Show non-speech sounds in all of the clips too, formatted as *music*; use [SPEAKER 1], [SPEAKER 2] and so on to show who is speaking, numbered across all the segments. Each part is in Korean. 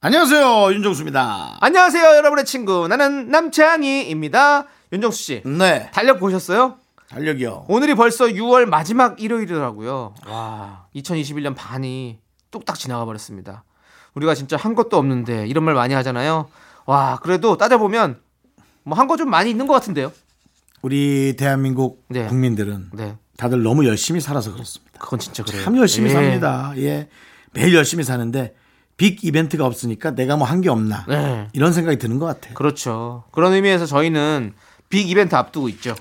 [SPEAKER 1] 안녕하세요 윤정수입니다.
[SPEAKER 2] 안녕하세요, 여러분의 친구. 나는 남창희입니다. 윤정수 씨,
[SPEAKER 1] 네
[SPEAKER 2] 달력 보셨어요?
[SPEAKER 1] 달력이요.
[SPEAKER 2] 오늘이 벌써 6월 마지막 일요일이더라고요. 와, 2021년 반이 뚝딱 지나가 버렸습니다. 우리가 진짜 한 것도 없는데 이런 말 많이 하잖아요. 와, 그래도 따져보면 뭐 한 거 좀 많이 있는 것 같은데요.
[SPEAKER 1] 우리 대한민국
[SPEAKER 2] 네.
[SPEAKER 1] 국민들은
[SPEAKER 2] 네,
[SPEAKER 1] 다들 너무 열심히 살아서 그렇습니다.
[SPEAKER 2] 그건 진짜 그래요.
[SPEAKER 1] 참 열심히
[SPEAKER 2] 예.
[SPEAKER 1] 삽니다. 예 매일 열심히 사는데 빅 이벤트가 없으니까 내가 뭐 한 게 없나
[SPEAKER 2] 네.
[SPEAKER 1] 이런 생각이 드는 것 같아요.
[SPEAKER 2] 그렇죠. 그런 의미에서 저희는 빅 이벤트 앞두고 있죠.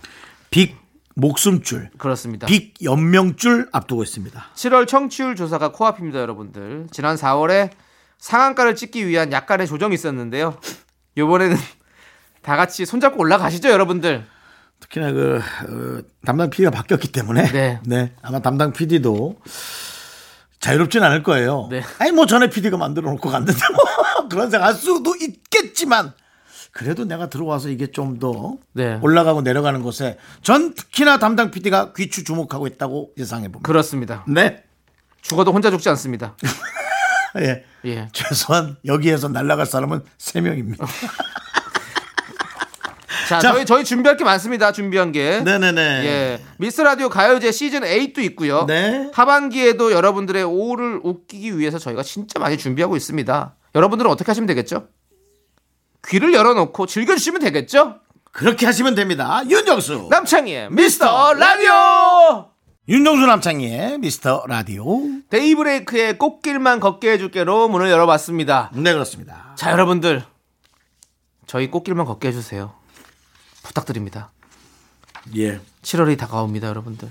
[SPEAKER 1] 빅 목숨줄,
[SPEAKER 2] 그렇습니다.
[SPEAKER 1] 빅 연명줄 앞두고 있습니다.
[SPEAKER 2] 7월 청취율 조사가 코앞입니다, 여러분들. 지난 4월에 상한가를 찍기 위한 약간의 조정이 있었는데요. 요번에는 다 같이 손잡고 올라가시죠, 여러분들.
[SPEAKER 1] 특히나 그 어, 담당 PD가 바뀌었기 때문에 *laughs*
[SPEAKER 2] 네.
[SPEAKER 1] 아마 담당 PD도 자유롭진 않을 거예요.
[SPEAKER 2] 네.
[SPEAKER 1] 아니 뭐 전에 PD가 만들어 놓고 갔는데 뭐 *laughs* 그런 생각 할 수도 있겠지만 그래도 내가 들어와서 이게 좀 더
[SPEAKER 2] 네.
[SPEAKER 1] 올라가고 내려가는 것에 전 특히나 담당 PD가 귀추 주목하고 있다고 예상해 봅니다.
[SPEAKER 2] 그렇습니다.
[SPEAKER 1] 네.
[SPEAKER 2] 죽어도 혼자 죽지 않습니다.
[SPEAKER 1] *laughs* 예.
[SPEAKER 2] 예.
[SPEAKER 1] 최소한 여기에서 날아갈 사람은 세명입니다
[SPEAKER 2] 자,
[SPEAKER 1] 자.
[SPEAKER 2] 저희 저희 준비할 게 많습니다. 준비한 게.
[SPEAKER 1] 네네네.
[SPEAKER 2] 예. 미스 라디오 가요제 시즌 8도 있고요.
[SPEAKER 1] 네.
[SPEAKER 2] 하반기에도 여러분들의 오후를 웃기기 위해서 저희가 진짜 많이 준비하고 있습니다. 여러분들은 어떻게 하시면 되겠죠? 귀를 열어놓고 즐겨주시면 되겠죠?
[SPEAKER 1] 그렇게 하시면 됩니다. 윤정수.
[SPEAKER 2] 네. 남창희의 미스터 라디오
[SPEAKER 1] 윤정수 남창희의 미스터 라디오.
[SPEAKER 2] 데이브레이크의 꽃길만 걷게 해줄게로 문을 열어봤습니다
[SPEAKER 1] 네, 그렇습니다.
[SPEAKER 2] 자 여러분들 저희 꽃길만 걷게 해주세요 부탁드립니다
[SPEAKER 1] 예.
[SPEAKER 2] 7월이 다가옵니다 여러분들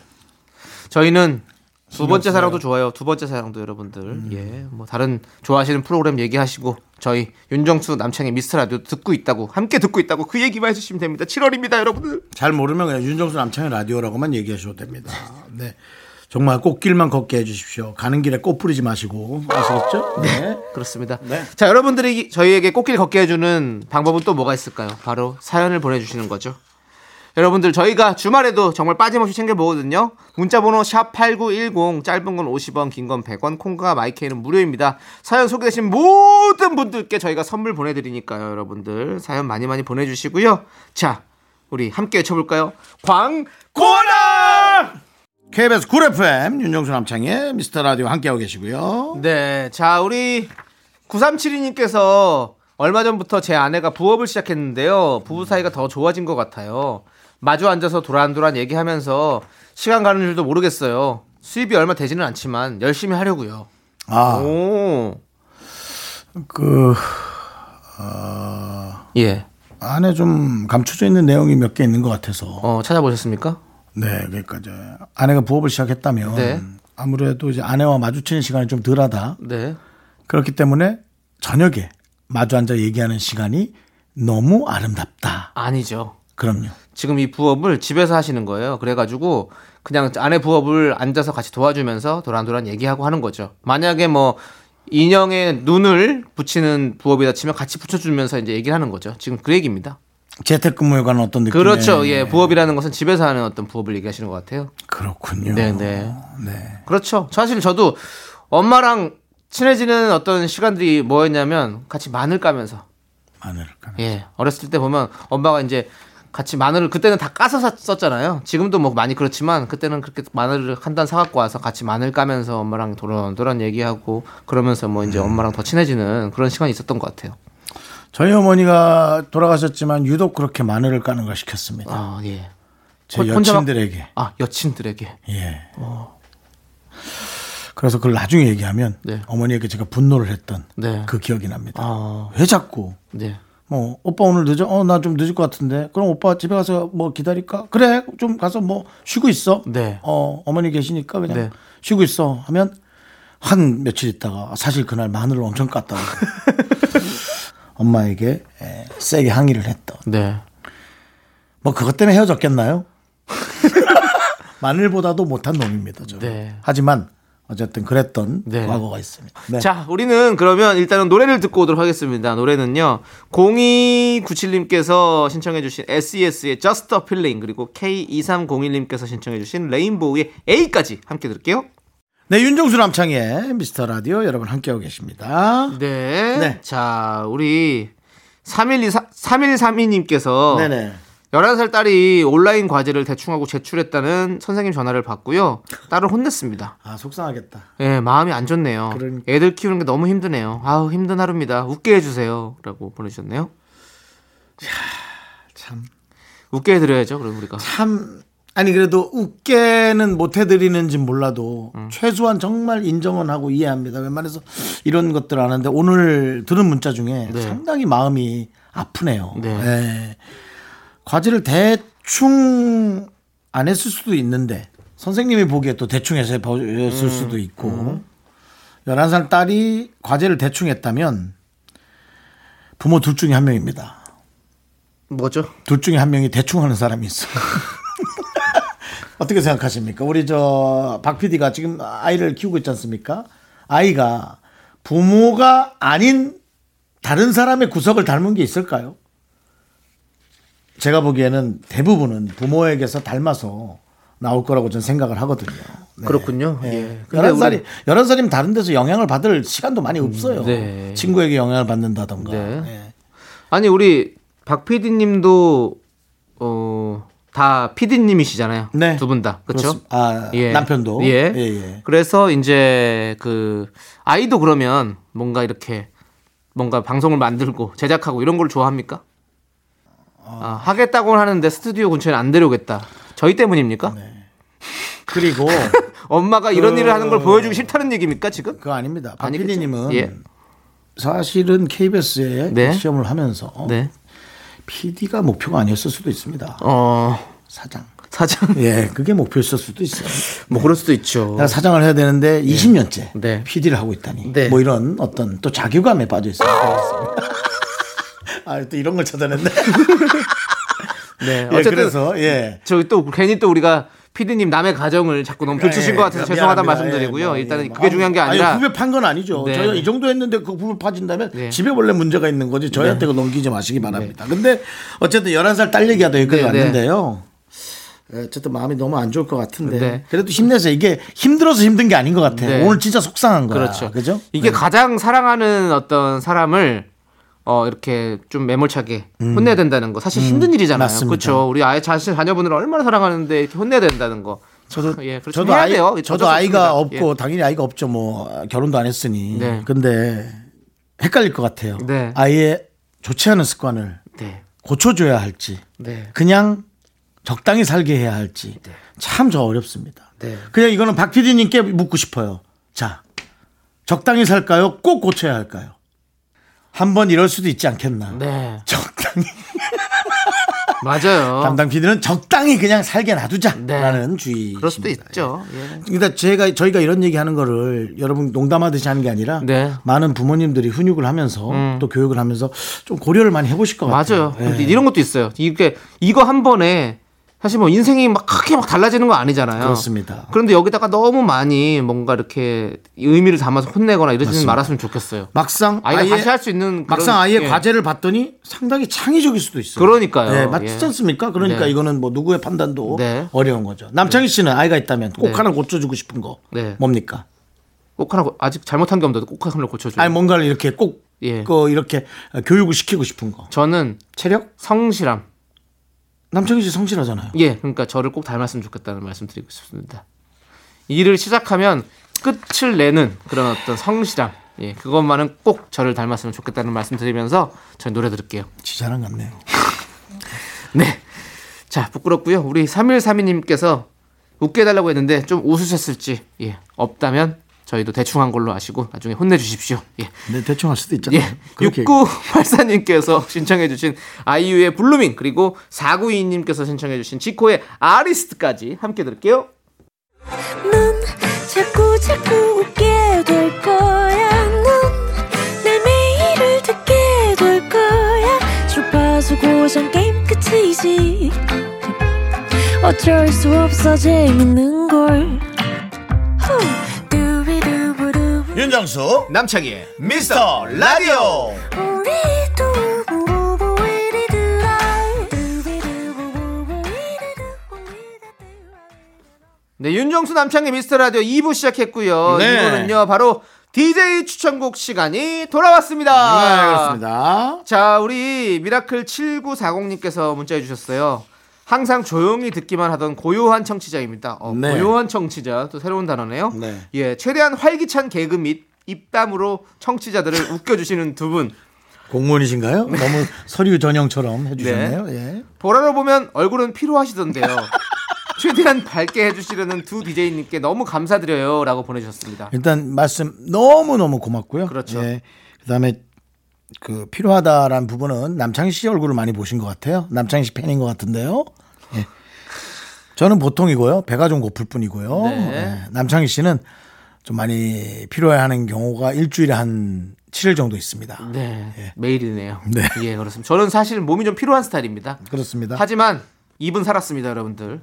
[SPEAKER 2] 저희는 두 번째 사랑도 좋아요 두 번째 사랑도 여러분들 예뭐 다른 좋아하시는 프로그램 얘기하시고 저희 윤정수 남창희 미스터 라디오 듣고 있다고 함께 듣고 있다고 그 얘기만 해주시면 됩니다 7월입니다 여러분들
[SPEAKER 1] 잘 모르면 그냥 윤정수 남창희 라디오라고만 얘기하셔도 됩니다. 네. 정말 꽃길만 걷게 해주십시오. 가는 길에 꽃 뿌리지 마시고. 아시겠죠? 네.
[SPEAKER 2] 그렇습니다.
[SPEAKER 1] 네.
[SPEAKER 2] 자, 여러분들이 저희에게 꽃길 걷게 해주는 방법은 또 뭐가 있을까요? 바로 사연을 보내주시는 거죠. 여러분들 저희가 주말에도 정말 빠짐없이 챙겨 보거든요. 문자번호 샵 #8910 짧은 건 50원, 긴 건 100원, 콩과 마이케이는 무료입니다. 사연 소개되신 모든 분들께 저희가 선물 보내드리니까요, 여러분들 사연 많이 많이 보내주시고요. 자, 우리 함께 외쳐볼까요? 광고라!
[SPEAKER 1] KBS 9FM 윤정수 남창희의 미스터 라디오 함께하고 계시고요.
[SPEAKER 2] 네, 자 우리 9372님께서 얼마 전부터 제 아내가 부업을 시작했는데요. 부부 사이가 더 좋아진 것 같아요. 마주 앉아서 도란도란 얘기하면서 시간 가는 줄도 모르겠어요. 수입이 얼마 되지는 않지만 열심히 하려고요.
[SPEAKER 1] 아,
[SPEAKER 2] 오,
[SPEAKER 1] 그,
[SPEAKER 2] 예,
[SPEAKER 1] 안에 좀 감춰져 있는 내용이 몇 개 있는 것 같아서.
[SPEAKER 2] 어 찾아보셨습니까?
[SPEAKER 1] 네. 그러니까 이제 아내가 부업을 시작했다면.
[SPEAKER 2] 네.
[SPEAKER 1] 아무래도 이제 아내와 마주치는 시간이 좀 덜하다.
[SPEAKER 2] 네,
[SPEAKER 1] 그렇기 때문에 저녁에 마주 앉아 얘기하는 시간이 너무 아름답다.
[SPEAKER 2] 아니죠.
[SPEAKER 1] 그럼요.
[SPEAKER 2] 지금 이 부업을 집에서 하시는 거예요. 그래가지고 그냥 아내 부업을 앉아서 같이 도와주면서 도란도란 얘기하고 하는 거죠. 만약에 뭐 인형에 눈을 붙이는 부업이다 치면 같이 붙여주면서 이제 얘기를 하는 거죠. 지금 그 얘기입니다.
[SPEAKER 1] 재택근무에 관한 어떤 느낌?
[SPEAKER 2] 그렇죠. 예, 부업이라는 것은 집에서 하는 어떤 부업을 얘기하시는 것 같아요.
[SPEAKER 1] 그렇군요.
[SPEAKER 2] 네, 네. 그렇죠. 사실 저도 엄마랑 친해지는 어떤 시간들이 뭐였냐면 같이 마늘 까면서
[SPEAKER 1] 마늘을 까면.
[SPEAKER 2] 예. 어렸을 때 보면 엄마가 이제 같이 마늘을 그때는 다 까서 샀- 썼잖아요. 지금도 뭐 많이 그렇지만 그때는 그렇게 마늘을 한 단 사갖고 와서 같이 마늘 까면서 엄마랑 도란도란 얘기하고 그러면서 뭐
[SPEAKER 1] 음.
[SPEAKER 2] 이제 엄마랑 더 친해지는 그런 시간이 있었던 것 같아요.
[SPEAKER 1] 저희 어머니가 돌아가셨지만 유독 그렇게 마늘을 까는 걸 시켰습니다.
[SPEAKER 2] 아 예.
[SPEAKER 1] 제
[SPEAKER 2] 혼- 혼자 막-
[SPEAKER 1] 여친들에게.
[SPEAKER 2] 아 여친들에게.
[SPEAKER 1] 예. 그래서 그걸 나중에 얘기하면
[SPEAKER 2] 네.
[SPEAKER 1] 어머니에게 제가 분노를 했던
[SPEAKER 2] 네.
[SPEAKER 1] 그 기억이 납니다.
[SPEAKER 2] 아
[SPEAKER 1] 왜 자꾸
[SPEAKER 2] 네.
[SPEAKER 1] 뭐 오빠 오늘 늦어? 어 나 좀 늦을 것 같은데. 그럼 오빠 집에 가서 뭐 기다릴까? 그래 좀 가서 뭐 쉬고 있어.
[SPEAKER 2] 네.
[SPEAKER 1] 어 어머니 계시니까 그냥
[SPEAKER 2] 네.
[SPEAKER 1] 쉬고 있어 하면 한 며칠 있다가 사실 그날 마늘을 엄청
[SPEAKER 2] *laughs*
[SPEAKER 1] 깠다고 엄마에게 예, 세게 항의를 했던
[SPEAKER 2] 네.
[SPEAKER 1] 뭐 그것 때문에 헤어졌겠나요? *laughs* 마늘보다도 못한 놈입니다. 저는.
[SPEAKER 2] 네.
[SPEAKER 1] 하지만 어쨌든 그랬던
[SPEAKER 2] 네.
[SPEAKER 1] 과거가 있습니다. 네.
[SPEAKER 2] 자, 우리는 그러면 일단은 노래를 듣고 오도록 하겠습니다. 노래는요. 0297님께서 신청해주신 SES의 Just a Feeling 그리고 K2301님께서 신청해주신 레인보우의 A까지 함께 들을게요.
[SPEAKER 1] 네, 윤종수 남창의 미스터 라디오 여러분 함께하고 계십니다.
[SPEAKER 2] 네.
[SPEAKER 1] 네.
[SPEAKER 2] 자, 우리 3124, 3132님께서
[SPEAKER 1] 어. 네네.
[SPEAKER 2] 11살 딸이 온라인 과제를 대충하고 제출했다는 선생님 전화를 받고요. 딸을 혼냈습니다.
[SPEAKER 1] 아, 속상하겠다.
[SPEAKER 2] 예, 마음이 안 좋네요.
[SPEAKER 1] 그러니까.
[SPEAKER 2] 애들 키우는 게 너무 힘드네요. 아우, 힘든 하루입니다. 웃게 해주세요. 라고 보내주셨네요.
[SPEAKER 1] 참.
[SPEAKER 2] 웃게 해드려야죠, 그럼 우리가.
[SPEAKER 1] 참. 아니, 그래도 웃게는 못해드리는지 몰라도 최소한 정말 인정은 하고 이해합니다. 웬만해서 이런 것들 안 하는데 오늘 들은 문자 중에
[SPEAKER 2] 네.
[SPEAKER 1] 상당히 마음이 아프네요.
[SPEAKER 2] 네.
[SPEAKER 1] 예. 과제를 대충 안 했을 수도 있는데 선생님이 보기에 또 대충 해서 보였을 수도 있고 11살 딸이 과제를 대충 했다면 부모 둘 중에 한 명입니다.
[SPEAKER 2] 뭐죠?
[SPEAKER 1] 둘 중에 한 명이 대충 하는 사람이 있어. *laughs* 어떻게 생각하십니까? 우리 저 박 PD가 지금 아이를 키우고 있지 않습니까? 아이가 부모가 아닌 다른 사람의 구석을 닮은 게 있을까요? 제가 보기에는 대부분은 부모에게서 닮아서 나올 거라고 저는 생각을 하거든요. 네.
[SPEAKER 2] 그렇군요.
[SPEAKER 1] 예.
[SPEAKER 2] 예. 근데
[SPEAKER 1] 11살이,
[SPEAKER 2] 우리-
[SPEAKER 1] 11살이면 다른 데서 영향을 받을 시간도 많이 없어요.
[SPEAKER 2] 네.
[SPEAKER 1] 친구에게 영향을 받는다던가.
[SPEAKER 2] 네.
[SPEAKER 1] 예.
[SPEAKER 2] 아니, 우리 박 PD님도, 어, 다 PD님이시잖아요.
[SPEAKER 1] 네.
[SPEAKER 2] 두 분 다. 그쵸?
[SPEAKER 1] 그렇습- 아, 남편도.
[SPEAKER 2] 예.
[SPEAKER 1] 예, 예.
[SPEAKER 2] 그래서 이제 그 아이도 그러면 뭔가 이렇게 뭔가 방송을 만들고 제작하고 이런 걸 좋아합니까? 아, 하겠다고 하는데 스튜디오 근처에 안 데려오겠다. 저희 때문입니까?
[SPEAKER 1] 네. 그리고
[SPEAKER 2] 엄마가 이런 일을 하는 걸
[SPEAKER 1] 그
[SPEAKER 2] 보여주기 싫다는 얘기입니까 지금?
[SPEAKER 1] 그거 아닙니다. 박
[SPEAKER 2] 아니겠죠?
[SPEAKER 1] p d 님은
[SPEAKER 2] 예.
[SPEAKER 1] 사실은 KBS에
[SPEAKER 2] 네.
[SPEAKER 1] 시험을 하면서
[SPEAKER 2] 네.
[SPEAKER 1] PD가 목표가 아니었을 수도 있습니다.
[SPEAKER 2] 어
[SPEAKER 1] 사장.
[SPEAKER 2] 사장
[SPEAKER 1] 예, 그게 목표였을 수도 있어요.
[SPEAKER 2] 뭐 그럴 수도 있죠.
[SPEAKER 1] 내가 사장을 해야 되는데 20년째
[SPEAKER 2] 예. 네.
[SPEAKER 1] PD를 하고 있다니.
[SPEAKER 2] 네.
[SPEAKER 1] 뭐 이런 어떤 또 자괴감에 빠져 있어요. *laughs* 아, 또 이런 걸 찾아냈네.
[SPEAKER 2] 네.
[SPEAKER 1] *laughs* 예,
[SPEAKER 2] 어쨌든
[SPEAKER 1] 그래서 예.
[SPEAKER 2] 저기 또 괜히 또 우리가 피디님 남의 가정을 자꾸 너무 들추신
[SPEAKER 1] 예,
[SPEAKER 2] 것 같아서
[SPEAKER 1] 예,
[SPEAKER 2] 죄송하다는
[SPEAKER 1] 미안합니다.
[SPEAKER 2] 말씀드리고요.
[SPEAKER 1] 예, 뭐,
[SPEAKER 2] 일단은
[SPEAKER 1] 예, 뭐.
[SPEAKER 2] 그게 중요한 게 아니라
[SPEAKER 1] 아니, 후배 판 건 아니죠.
[SPEAKER 2] 네.
[SPEAKER 1] 저희 이 정도 했는데 그 후배 파진다면
[SPEAKER 2] 네.
[SPEAKER 1] 집에 원래 문제가 있는 거지 저희한테 그 넘기지 마시기 바랍니다. 근데 어쨌든 11살 딸 얘기하다 여기까지
[SPEAKER 2] 네, 네.
[SPEAKER 1] 왔는데요. 예, 어쨌든 마음이 너무 안 좋을 것 같은데
[SPEAKER 2] 네.
[SPEAKER 1] 그래도 힘내서 이게 힘들어서 힘든 게 아닌 것 같아요.
[SPEAKER 2] 네.
[SPEAKER 1] 오늘 진짜 속상한 거야.
[SPEAKER 2] 그렇죠.
[SPEAKER 1] 그죠? 네.
[SPEAKER 2] 이게 가장 사랑하는 어떤 사람을 어 이렇게 좀 매몰차게 혼내야 된다는 거 사실 힘든
[SPEAKER 1] 음.
[SPEAKER 2] 일이잖아요.
[SPEAKER 1] 맞습니다.
[SPEAKER 2] 그렇죠. 우리 아이 자신 자녀분을 얼마나 사랑하는데 이렇게 혼내야 된다는 거.
[SPEAKER 1] 저도
[SPEAKER 2] 예, 그렇죠.
[SPEAKER 1] 저도
[SPEAKER 2] 해야
[SPEAKER 1] 아이
[SPEAKER 2] 돼요.
[SPEAKER 1] 저도
[SPEAKER 2] 어쩔 수
[SPEAKER 1] 아이가
[SPEAKER 2] 없습니다. 예.
[SPEAKER 1] 없고 당연히 아이가 없죠. 뭐 아, 결혼도 안 했으니.
[SPEAKER 2] 네.
[SPEAKER 1] 근데 헷갈릴 것 같아요.
[SPEAKER 2] 네.
[SPEAKER 1] 아이의 좋지 않은 습관을
[SPEAKER 2] 예. 네.
[SPEAKER 1] 고쳐줘야 할지
[SPEAKER 2] 네.
[SPEAKER 1] 그냥 적당히 살게 해야 할지 참 저 어렵습니다.
[SPEAKER 2] 네.
[SPEAKER 1] 그냥 이거는 박 PD님께 묻고 싶어요. 자, 적당히 살까요? 꼭 고쳐야 할까요? 한번 이럴 수도 있지 않겠나?
[SPEAKER 2] 네.
[SPEAKER 1] 적당히 *laughs*
[SPEAKER 2] 맞아요.
[SPEAKER 1] 담당 PD는 적당히 그냥 살게
[SPEAKER 2] 어. 네.
[SPEAKER 1] 놔두자라는 주의.
[SPEAKER 2] 그럴 수도 있죠. 예.
[SPEAKER 1] 그러니까 제가 저희가 이런 얘기하는 거를 여러분 농담하듯이 하는 게 아니라
[SPEAKER 2] 네. 음.
[SPEAKER 1] 많은 부모님들이 훈육을 하면서 또 교육을 하면서 좀 고려를 많이 해보실 것 같아요. 네.
[SPEAKER 2] 맞아요. 근데 이런 것도 있어요. 이게 이거 한 번에 사실 뭐 인생이 막 크게 막 달라지는 건 아니잖아요.
[SPEAKER 1] 그렇습니다.
[SPEAKER 2] 그런데 여기다가 너무 많이 뭔가 이렇게 의미를 담아서 혼내거나 이러지는 말았으면 좋겠어요.
[SPEAKER 1] 막상
[SPEAKER 2] 아이가
[SPEAKER 1] 아예-
[SPEAKER 2] 다시 할 수 있는 그런-
[SPEAKER 1] 막상 아이의
[SPEAKER 2] 예.
[SPEAKER 1] 과제를 봤더니 상당히 창의적일 수도 있어요.
[SPEAKER 2] 그러니까요.
[SPEAKER 1] 네, 맞지
[SPEAKER 2] 예.
[SPEAKER 1] 않습니까? 그러니까
[SPEAKER 2] 네.
[SPEAKER 1] 이거는 뭐 누구의 판단도
[SPEAKER 2] 네.
[SPEAKER 1] 어려운 거죠. 남창희 씨는 아이가 있다면 꼭
[SPEAKER 2] 네.
[SPEAKER 1] 하나 고쳐주고 싶은 거
[SPEAKER 2] 네.
[SPEAKER 1] 뭡니까?
[SPEAKER 2] 꼭 하나 고- 아직 잘못한 게 없는데 꼭 하나 고쳐줘요.
[SPEAKER 1] 아니 뭐 뭔가를 이렇게 꼭
[SPEAKER 2] 네. 예.
[SPEAKER 1] 그 이렇게 교육을 시키고 싶은 거.
[SPEAKER 2] 저는
[SPEAKER 1] 체력?
[SPEAKER 2] 성실함.
[SPEAKER 1] 남창희 씨 성실하잖아요.
[SPEAKER 2] 예, 그러니까 저를 꼭 닮았으면 좋겠다는 말씀드리고 싶습니다. 일을 시작하면 끝을 내는 그런 어떤 성실함. 예, 그것만은 꼭 저를 닮았으면 좋겠다는 말씀드리면서 저희 노래 들을게요.
[SPEAKER 1] 지 자랑 같네요.
[SPEAKER 2] 네. 자, 부끄럽고요. 우리 3132님께서 웃겨달라고 했는데 좀 웃으셨을지, 예, 없다면 저희도 대충 한 걸로 아시고 나중에 혼내주십시오. 예.
[SPEAKER 1] 근데 대충 할 수도 있잖아요.
[SPEAKER 2] 예.
[SPEAKER 1] 그렇게
[SPEAKER 2] 6984님께서 *laughs* 신청해주신 아이유의 블루밍, 그리고 4922님께서 신청해주신 지코의 아리스트까지 함께 들을게요.
[SPEAKER 3] 넌 자꾸 자꾸 웃게 될 거야. 넌내 매일을 듣게 될 거야. 주파수 고정 게임 끝이지. 어쩔 수 없어 재밌는 걸. 후. 두비두부두.
[SPEAKER 4] 윤정수
[SPEAKER 2] 남창희의
[SPEAKER 4] 미스터 라디오
[SPEAKER 3] 우리 두부부부 우리들아. 두비두부부부 우리들아. 우리들아.
[SPEAKER 2] 네, 윤정수 남창희 미스터 라디오 2부 시작했고요.
[SPEAKER 1] 네.
[SPEAKER 2] 2부는요, 바로 DJ 추천곡 시간이 돌아왔습니다.
[SPEAKER 1] 네, 그렇습니다.
[SPEAKER 2] 자, 우리 미라클 7940님께서 문자해 주셨어요. 항상 조용히 듣기만 하던 고요한 청취자입니다. 어,
[SPEAKER 1] 네.
[SPEAKER 2] 고요한 청취자 또 새로운 단어네요.
[SPEAKER 1] 네.
[SPEAKER 2] 예, 최대한 활기찬 개그 및 입담으로 청취자들을 *laughs* 웃겨주시는 두 분.
[SPEAKER 1] 공무원이신가요?
[SPEAKER 2] 네.
[SPEAKER 1] 너무 서류 전형처럼 해주셨네요. 예.
[SPEAKER 2] 보라로 보면 얼굴은 피로하시던데요. 최대한 밝게 해주시려는 두 DJ님께 너무 감사드려요라고 보내주셨습니다.
[SPEAKER 1] 일단 말씀 너무 너무 고맙고요.
[SPEAKER 2] 그렇죠.
[SPEAKER 1] 예. 그다음에 그 필요하다라는 부분은 남창희 씨 얼굴을 많이 보신 것 같아요. 남창희 씨 팬인 것 같은데요. 예. 저는 보통이고요. 배가 좀 고플 뿐이고요.
[SPEAKER 2] 네.
[SPEAKER 1] 예. 남창희 씨는 좀 많이 필요해 하는 경우가 일주일에 한 7일 정도 있습니다.
[SPEAKER 2] 네, 매일이네요.
[SPEAKER 1] 네.
[SPEAKER 2] 예, 그렇습니다. 저는 사실 몸이 좀 피로한 스타일입니다.
[SPEAKER 1] 그렇습니다.
[SPEAKER 2] 하지만 입은 살았습니다, 여러분들.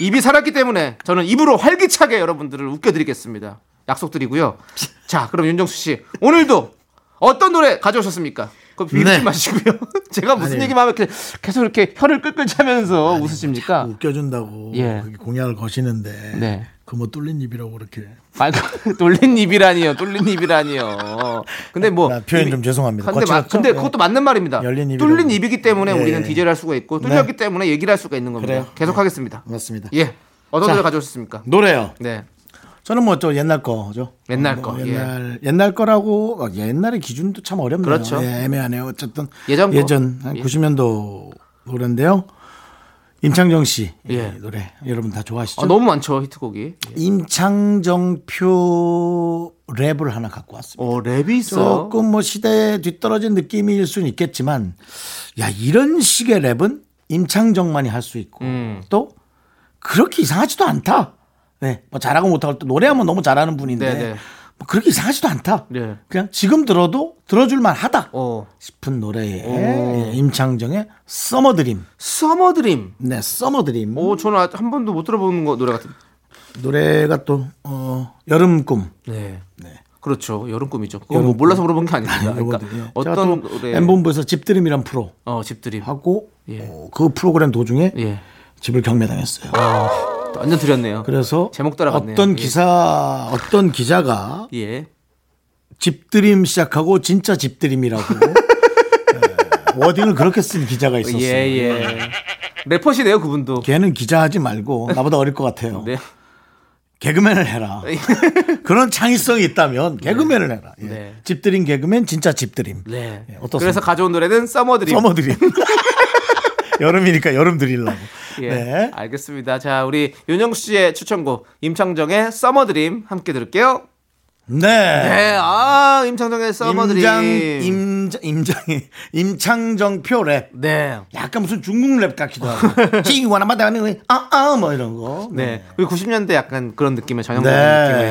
[SPEAKER 2] 입이 살았기 때문에 저는 입으로 활기차게 여러분들을 웃겨드리겠습니다. 약속드리고요. 자, 그럼 윤정수 씨 오늘도 어떤 노래 가져오셨습니까? 그거 비웃지
[SPEAKER 1] 네.
[SPEAKER 2] 마시고요. *laughs* 제가 무슨 얘기만 하면 이렇게 계속 이렇게 혀를 끌끌차면서 웃으십니까?
[SPEAKER 1] 뭐 음. 웃겨준다고
[SPEAKER 2] 예.
[SPEAKER 1] 그렇게 공약을 거시는데
[SPEAKER 2] 네.
[SPEAKER 1] 그 뭐 뚫린 입이라고 그렇게
[SPEAKER 2] 아이고, *laughs* 뚫린 입이라니요, 뚫린 입이라니요. 근데 뭐
[SPEAKER 1] 아, 표현
[SPEAKER 2] 입이-
[SPEAKER 1] 좀 죄송합니다.
[SPEAKER 2] 근데, 마-
[SPEAKER 1] 거칠었죠?
[SPEAKER 2] 근데
[SPEAKER 1] 예.
[SPEAKER 2] 그것도 맞는 말입니다.
[SPEAKER 1] 열린 입이라고.
[SPEAKER 2] 뚫린 입이기 때문에
[SPEAKER 1] 예,
[SPEAKER 2] 우리는
[SPEAKER 1] 예. 네.
[SPEAKER 2] 디제를 할 수가 있고 뚫렸기 때문에 얘기를 할 수가 있는 겁니다.
[SPEAKER 1] 그래요.
[SPEAKER 2] 계속
[SPEAKER 1] 네.
[SPEAKER 2] 하겠습니다.
[SPEAKER 1] 맞습니다.
[SPEAKER 2] 예, 어떤
[SPEAKER 1] 자.
[SPEAKER 2] 노래 가져오셨습니까?
[SPEAKER 1] 노래요.
[SPEAKER 2] 네,
[SPEAKER 1] 저는 뭐 저 옛날 거죠.
[SPEAKER 2] 옛날
[SPEAKER 1] 뭐
[SPEAKER 2] 거, 예.
[SPEAKER 1] 옛날 옛날 거라고 막 옛날의 기준도 참 어렵네요.
[SPEAKER 2] 그렇죠.
[SPEAKER 1] 예, 애매하네요. 어쨌든
[SPEAKER 2] 예전 거.
[SPEAKER 1] 한
[SPEAKER 2] 예.
[SPEAKER 1] 90년도 노래인데요. 임창정 씨
[SPEAKER 2] 예.
[SPEAKER 1] 노래 여러분 다 좋아하시죠?
[SPEAKER 2] 아, 너무 많죠 히트곡이.
[SPEAKER 1] 임창정표 랩을 하나 갖고 왔습니다.
[SPEAKER 2] 어 랩이 있어요.
[SPEAKER 1] 조금 뭐 시대에 뒤떨어진 느낌일 수는 있겠지만 야 이런 식의 랩은 임창정만이 할 수 있고
[SPEAKER 2] 음.
[SPEAKER 1] 또 그렇게 이상하지도 않다. 네, 뭐 잘하고 못하고 또 노래하면 너무 잘하는 분인데
[SPEAKER 2] 네네.
[SPEAKER 1] 뭐 그렇게 이상하지도 않다.
[SPEAKER 2] 네.
[SPEAKER 1] 그냥 지금 들어도 들어줄만하다
[SPEAKER 2] 어
[SPEAKER 1] 싶은 노래에
[SPEAKER 2] 오.
[SPEAKER 1] 예, 임창정의 써머드림.
[SPEAKER 2] 서머 드림.
[SPEAKER 1] 네, 써머드림.
[SPEAKER 2] 오 저는 아직 한 번도 못 들어본 거 노래 같은.
[SPEAKER 1] 노래가 또 어, 여름 꿈.
[SPEAKER 2] 네. 그렇죠. 여름 꿈이죠. 그건 뭐
[SPEAKER 1] 여름
[SPEAKER 2] 몰라서 물어본 게 아닙니다.
[SPEAKER 1] 이런
[SPEAKER 2] 그러니까
[SPEAKER 1] 것들이요. 제가
[SPEAKER 2] 어떤
[SPEAKER 1] 또
[SPEAKER 2] 노래?
[SPEAKER 1] M본부에서 집드림이란 프로
[SPEAKER 2] 어 집들이.
[SPEAKER 1] 하고
[SPEAKER 2] 예.
[SPEAKER 1] 어, 그 프로그램 도중에
[SPEAKER 2] 예.
[SPEAKER 1] 집을 경매당했어요.
[SPEAKER 2] 완전 드렸네요.
[SPEAKER 1] 그래서
[SPEAKER 2] 제목 따라갔네요.
[SPEAKER 1] 어떤
[SPEAKER 2] 예.
[SPEAKER 1] 기사 어떤 기자가
[SPEAKER 2] 예.
[SPEAKER 1] 집드림 시작하고 진짜
[SPEAKER 2] *laughs*
[SPEAKER 1] 집드림이라고 예, 워딩을 그렇게 쓴 기자가 있었어요.
[SPEAKER 2] 예, 예. 래퍼시네요, 그분도.
[SPEAKER 1] 걔는 기자하지 말고 나보다 어릴 것 같아요.
[SPEAKER 2] 네.
[SPEAKER 1] 개그맨을 해라. 그런 창의성이 있다면 개그맨을 해라. 예.
[SPEAKER 2] 네.
[SPEAKER 1] 집들인 개그맨 진짜 집들임.
[SPEAKER 2] *laughs* 네.
[SPEAKER 1] 예, 어떻습니까?
[SPEAKER 2] 그래서 가져온 노래는 써머드림.
[SPEAKER 1] 써머드림. *laughs* 여름이니까 여름 드리려고.
[SPEAKER 2] 예.
[SPEAKER 1] 네.
[SPEAKER 2] 알겠습니다. 자, 우리 윤영수 씨의 추천곡 임창정의 써머드림 함께 들을게요.
[SPEAKER 1] 네.
[SPEAKER 2] 네. 아, 임창정의 써머드림.
[SPEAKER 1] 임장 임장 임장이 임창정 표랩.
[SPEAKER 2] 네.
[SPEAKER 1] 약간 무슨 중국 랩 같기도
[SPEAKER 2] *laughs*
[SPEAKER 1] 하고. 지구와나 마다니 아아 뭐 이런 거.
[SPEAKER 2] 네. 우리 90년대 약간 그런 느낌의 전형적인 느낌의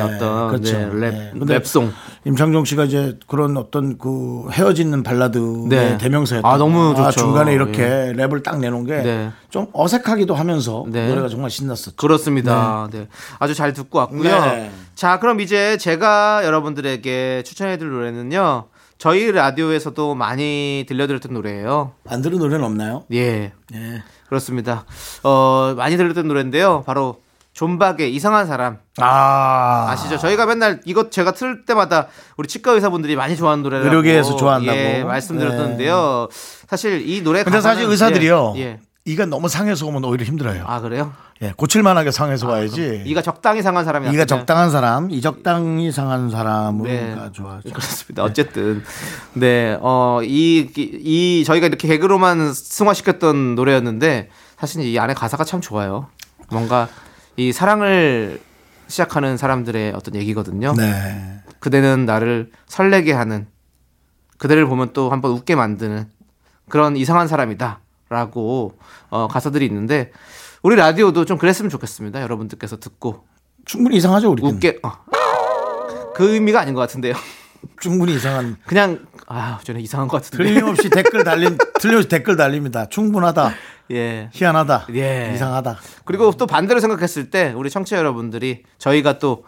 [SPEAKER 1] 네.
[SPEAKER 2] 어떤
[SPEAKER 1] 그렇죠.
[SPEAKER 2] 네, 랩
[SPEAKER 1] 네. 근데
[SPEAKER 2] 랩송.
[SPEAKER 1] 임창정 씨가 이제 그런 어떤 그 헤어지는 발라드의
[SPEAKER 2] 네.
[SPEAKER 1] 대명사였다.
[SPEAKER 2] 아, 너무 좋죠. 예.
[SPEAKER 1] 중간에 이렇게 랩을 딱 내놓은 게 좀
[SPEAKER 2] 네.
[SPEAKER 1] 어색하기도 하면서
[SPEAKER 2] 네.
[SPEAKER 1] 노래가 정말 신났었죠.
[SPEAKER 2] 그렇습니다. 네. 아주 잘 듣고 왔고요.
[SPEAKER 1] 네.
[SPEAKER 2] 자, 그럼 이제 제가 여러분들에게 추천해드릴 노래는요. 저희 라디오에서도 많이 들려드렸던 노래예요.
[SPEAKER 1] 안 들은 노래는 없나요?
[SPEAKER 2] 예,
[SPEAKER 1] 예.
[SPEAKER 2] 그렇습니다. 어, 많이 들렸던 노래인데요. 바로 존박의 이상한 사람
[SPEAKER 1] 아.
[SPEAKER 2] 아시죠? 저희가 맨날 이것 제가 틀 때마다 우리 치과 의사분들이 많이 좋아하는 노래라고
[SPEAKER 1] 의료계에서 좋아한다고. 네.
[SPEAKER 2] 예, 말씀드렸는데요. 사실 이 노래
[SPEAKER 1] 근데 사실
[SPEAKER 2] 가사는-
[SPEAKER 1] 의사들이요.
[SPEAKER 2] 예, 예.
[SPEAKER 1] 이가 너무 상해서 오면 오히려 힘들어요.
[SPEAKER 2] 아 그래요?
[SPEAKER 1] 예. 고칠만하게 상해서 와야지.
[SPEAKER 2] 이가 적당히 상한 사람이
[SPEAKER 1] 예. 이가
[SPEAKER 2] 낫겠네요.
[SPEAKER 1] 적당한 사람, 이 적당히 상한 사람으로
[SPEAKER 2] 네.
[SPEAKER 1] 가 좋아하죠.
[SPEAKER 2] *laughs* 그렇습니다. 어쨌든 네, 어, 이, 이 저희가 이렇게 개그로만 승화시켰던 노래였는데 사실 이 안에 가사가 참 좋아요. 뭔가 이 사랑을 시작하는 사람들의 어떤 얘기거든요.
[SPEAKER 1] 네.
[SPEAKER 2] 그대는 나를 설레게 하는 그대를 보면 또 한번 웃게 만드는 그런 이상한 사람이다라고 어, 가사들이 있는데 우리 라디오도 좀 그랬으면 좋겠습니다. 여러분들께서 듣고
[SPEAKER 1] 충분히 이상하죠 우리.
[SPEAKER 2] 웃게 어. 그 의미가 아닌 것 같은데요. *laughs*
[SPEAKER 1] 충분히 이상한.
[SPEAKER 2] 그냥 아 저는 이상한 것 같은데.
[SPEAKER 1] 틀림없이 댓글 달림, 틀림없이 댓글 달립니다. 충분하다,
[SPEAKER 2] *laughs* 예.
[SPEAKER 1] 희한하다,
[SPEAKER 2] 예.
[SPEAKER 1] 이상하다.
[SPEAKER 2] 그리고 또 반대로 생각했을 때 우리 청취자 여러분들이 저희가 또